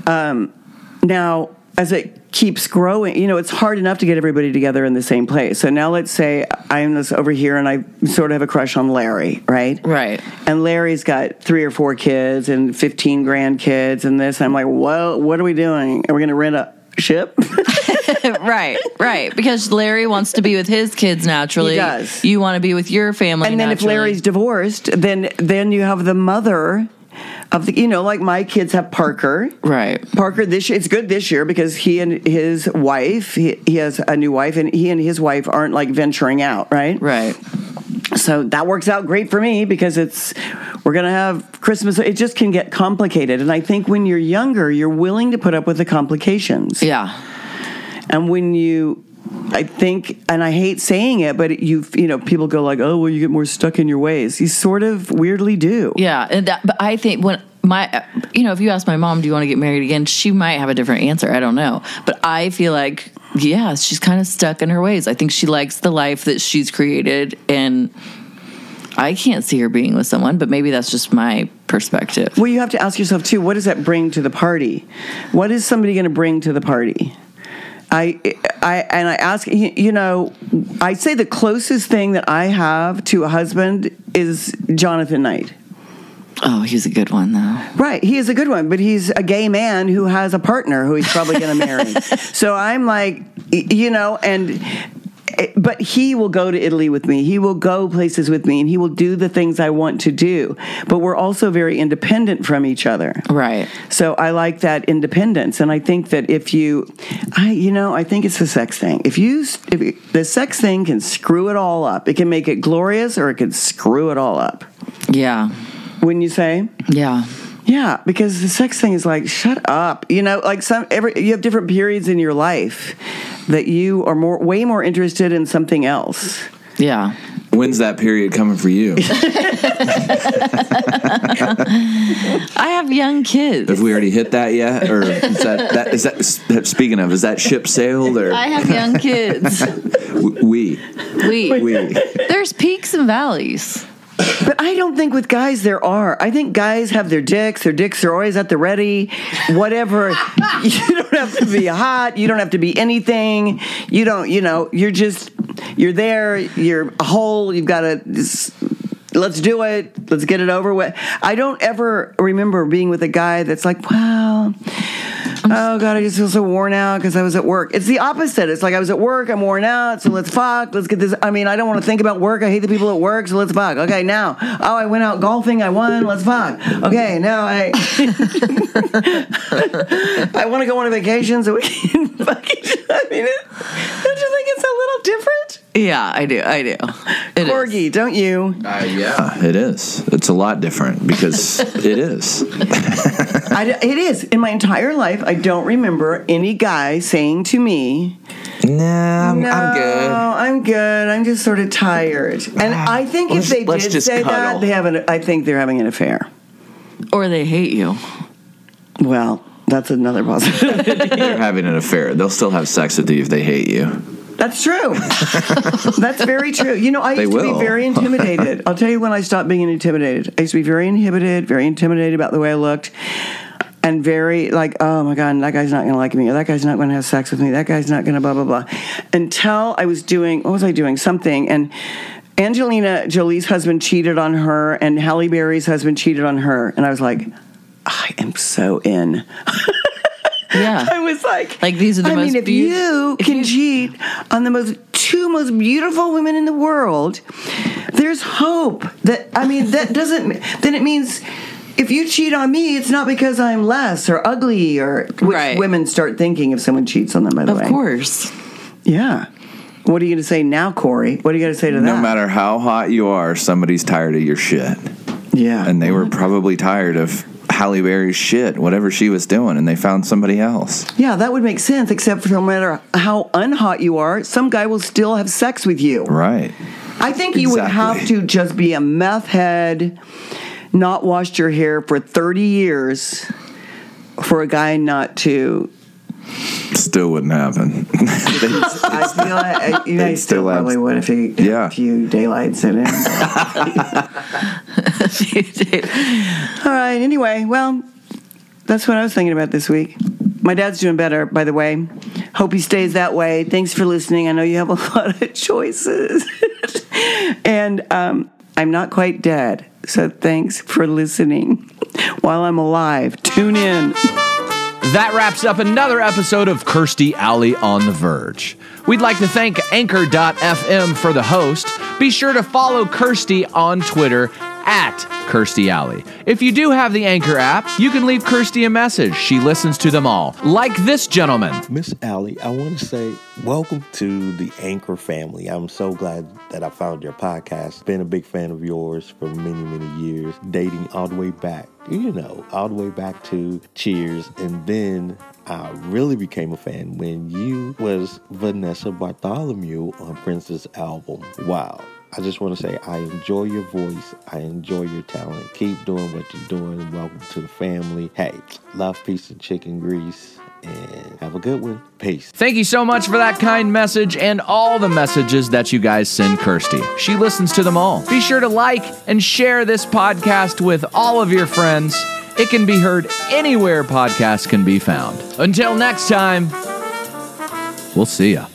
Speaker 2: Um, Now, as it keeps growing, you know, it's hard enough to get everybody together in the same place. So now let's say I'm this over here and I sort of have a crush on Larry, right?
Speaker 3: Right.
Speaker 2: And Larry's got three or four kids and 15 grandkids and this. I'm like, whoa, what are we doing? Are we going to rent a ship?
Speaker 3: right. Right. Because Larry wants to be with his kids naturally.
Speaker 2: He does.
Speaker 3: You want to be with your family.
Speaker 2: and then if
Speaker 3: naturally.
Speaker 2: Larry's divorced, then then you have the mother of the, you know, like my kids have Parker.
Speaker 3: Right.
Speaker 2: Parker, this year, it's good this year because he and his wife, he, he has a new wife, and he and his wife aren't like venturing out, right?
Speaker 3: Right.
Speaker 2: So that works out great for me because it's we're going to have Christmas. It just can get complicated, and I think when you're younger, you're willing to put up with the complications.
Speaker 3: Yeah.
Speaker 2: And when you, I think, and I hate saying it, but you, you know, people go like, "Oh, well, you get more stuck in your ways." You sort of weirdly do.
Speaker 3: Yeah, and that, but I think when my, you know, if you ask my mom, do you want to get married again? She might have a different answer. I don't know, but I feel like yeah, she's kind of stuck in her ways. I think she likes the life that she's created, and I can't see her being with someone. But maybe that's just my perspective.
Speaker 2: Well, you have to ask yourself too. What does that bring to the party? What is somebody going to bring to the party? I, I, and I ask, you you know, I say the closest thing that I have to a husband is Jonathan Knight.
Speaker 3: Oh, he's a good one though.
Speaker 2: Right. He is a good one, but he's a gay man who has a partner who he's probably going to marry. So I'm like, y- you know, and. eh, But he will go to Italy with me. He will go places with me and he will do the things I want to do. But we're also very independent from each other.
Speaker 3: Right.
Speaker 2: So I like that independence, and I think that if you, I you know, I think it's the sex thing. If you, if you- the sex thing can screw it all up. It can make it glorious, or it can screw it all up.
Speaker 3: Yeah.
Speaker 2: Wouldn't you say?
Speaker 3: Yeah.
Speaker 2: Yeah, because the sex thing is like, shut up. You know, like some every you have different periods in your life that you are more way more interested in something else.
Speaker 3: Yeah.
Speaker 4: When's that period coming for you?
Speaker 3: I have young kids.
Speaker 4: Have we already hit that yet? Or is that, that, is that speaking of, is that ship sailed or
Speaker 3: I have young kids.
Speaker 4: w- we?
Speaker 3: we.
Speaker 4: We.
Speaker 3: There's peaks and valleys.
Speaker 2: But I don't think with guys there are. I think guys have their dicks. Their dicks are always at the ready. Whatever. you don't have to be hot. You don't have to be anything. You don't. You know. You're just. You're there. You're whole. You've got to. Let's do it. Let's get it over with. I don't ever remember being with a guy that's like, wow. Oh God, I just feel so worn out because I was at work. It's the opposite. It's like I was at work, I'm worn out, so let's fuck. Let's get this. I mean, I don't want to think about work. I hate the people at work, so let's fuck. Okay, now. Oh, I went out golfing, I won, let's fuck. Okay, now I I want to go on a vacation so we can fucking I mean it, don't you think it's a little different?
Speaker 3: Yeah, I do. I do. It is.
Speaker 2: Corgi, don't you?
Speaker 4: Yeah, it is. It's a lot different because it is.
Speaker 2: I, it is. In my entire life, I don't remember any guy saying to me,
Speaker 4: Nah, I'm,
Speaker 2: No,
Speaker 4: I'm good.
Speaker 2: I'm good. I'm just sort of tired. And I think
Speaker 4: Let's-
Speaker 2: if they
Speaker 4: let's
Speaker 2: did
Speaker 4: just
Speaker 2: say that,
Speaker 4: cuddle.
Speaker 2: they have an. I think they're having an affair.
Speaker 3: Or they hate you.
Speaker 2: Well, that's another possibility.
Speaker 4: They're having an affair. They'll still have sex with you if they hate you.
Speaker 2: that's true. that's very true. You know, I used to
Speaker 4: will.
Speaker 2: be very intimidated. I'll tell you when I stopped being intimidated. I used to be very inhibited, very intimidated about the way I looked. And very like, oh my god, that guy's not gonna like me, or that guy's not gonna have sex with me, that guy's not gonna blah blah blah. Until I was doing, what was I doing? Something, and Angelina Jolie's husband cheated on her, and Halle Berry's husband cheated on her, and I was like, I am so in. I
Speaker 3: Yeah.
Speaker 2: was like,
Speaker 3: Like, these are the
Speaker 2: I
Speaker 3: most
Speaker 2: mean, if
Speaker 3: beaut-
Speaker 2: you
Speaker 3: if
Speaker 2: can
Speaker 3: you-
Speaker 2: cheat on the most two most beautiful women in the world, there's hope. That I mean, that doesn't. Then it means if you cheat on me, it's not because I'm less or ugly or which
Speaker 3: Right.
Speaker 2: women start thinking if someone cheats on them. By the
Speaker 3: Of
Speaker 2: way,
Speaker 3: course.
Speaker 2: yeah. What are you going to say now, Corey? What are you going to say to that?
Speaker 4: No matter how hot you are, somebody's tired of your shit.
Speaker 2: Yeah.
Speaker 4: And they were probably tired of Halle Berry's shit, whatever she was doing, and they found somebody else.
Speaker 2: yeah, that would make sense, except for no matter how unhot you are, some guy will still have sex with you.
Speaker 4: Right.
Speaker 2: I think you would
Speaker 4: Exactly.
Speaker 2: have to just be a meth head, not washed your hair for 30 years for a guy not to.
Speaker 4: Still wouldn't happen.
Speaker 2: I feel like uh, you guys still
Speaker 4: still have-
Speaker 2: probably would if he had
Speaker 4: Yeah.
Speaker 2: a few daylights in it. All right, anyway, well, that's what I was thinking about this week. My dad's doing better, by the way. Hope he stays that way. Thanks for listening. I know you have a lot of choices. and um, I'm not quite dead. So thanks for listening. While I'm alive, tune in.
Speaker 1: That wraps up another episode of Kirsty Alley on the Verge. We'd like to thank Anchor.fm for the host. Be sure to follow Kirsty on Twitter at Kirsty Alley. If you do have the Anchor app, you can leave Kirsty a message. She listens to them all, like this gentleman.
Speaker 6: Miss Allie, I want to say welcome to the Anchor family. I'm so glad that I found your podcast. Been a big fan of yours for many, many years, dating all the way back, you know, all the way back to Cheers. And then I really became a fan when you was Vanessa Bartholomew on Prince's album. Wow. I just want to say I enjoy your voice. I enjoy your talent. Keep doing what you're doing. Welcome to the family. Hey, love, peace, and chicken grease. And have a good one. Peace.
Speaker 1: Thank you so much for that kind message and all the messages that you guys send Kirsty. She listens to them all. Be sure to like and share this podcast with all of your friends. It can be heard anywhere podcasts can be found. Until next time, we'll see ya.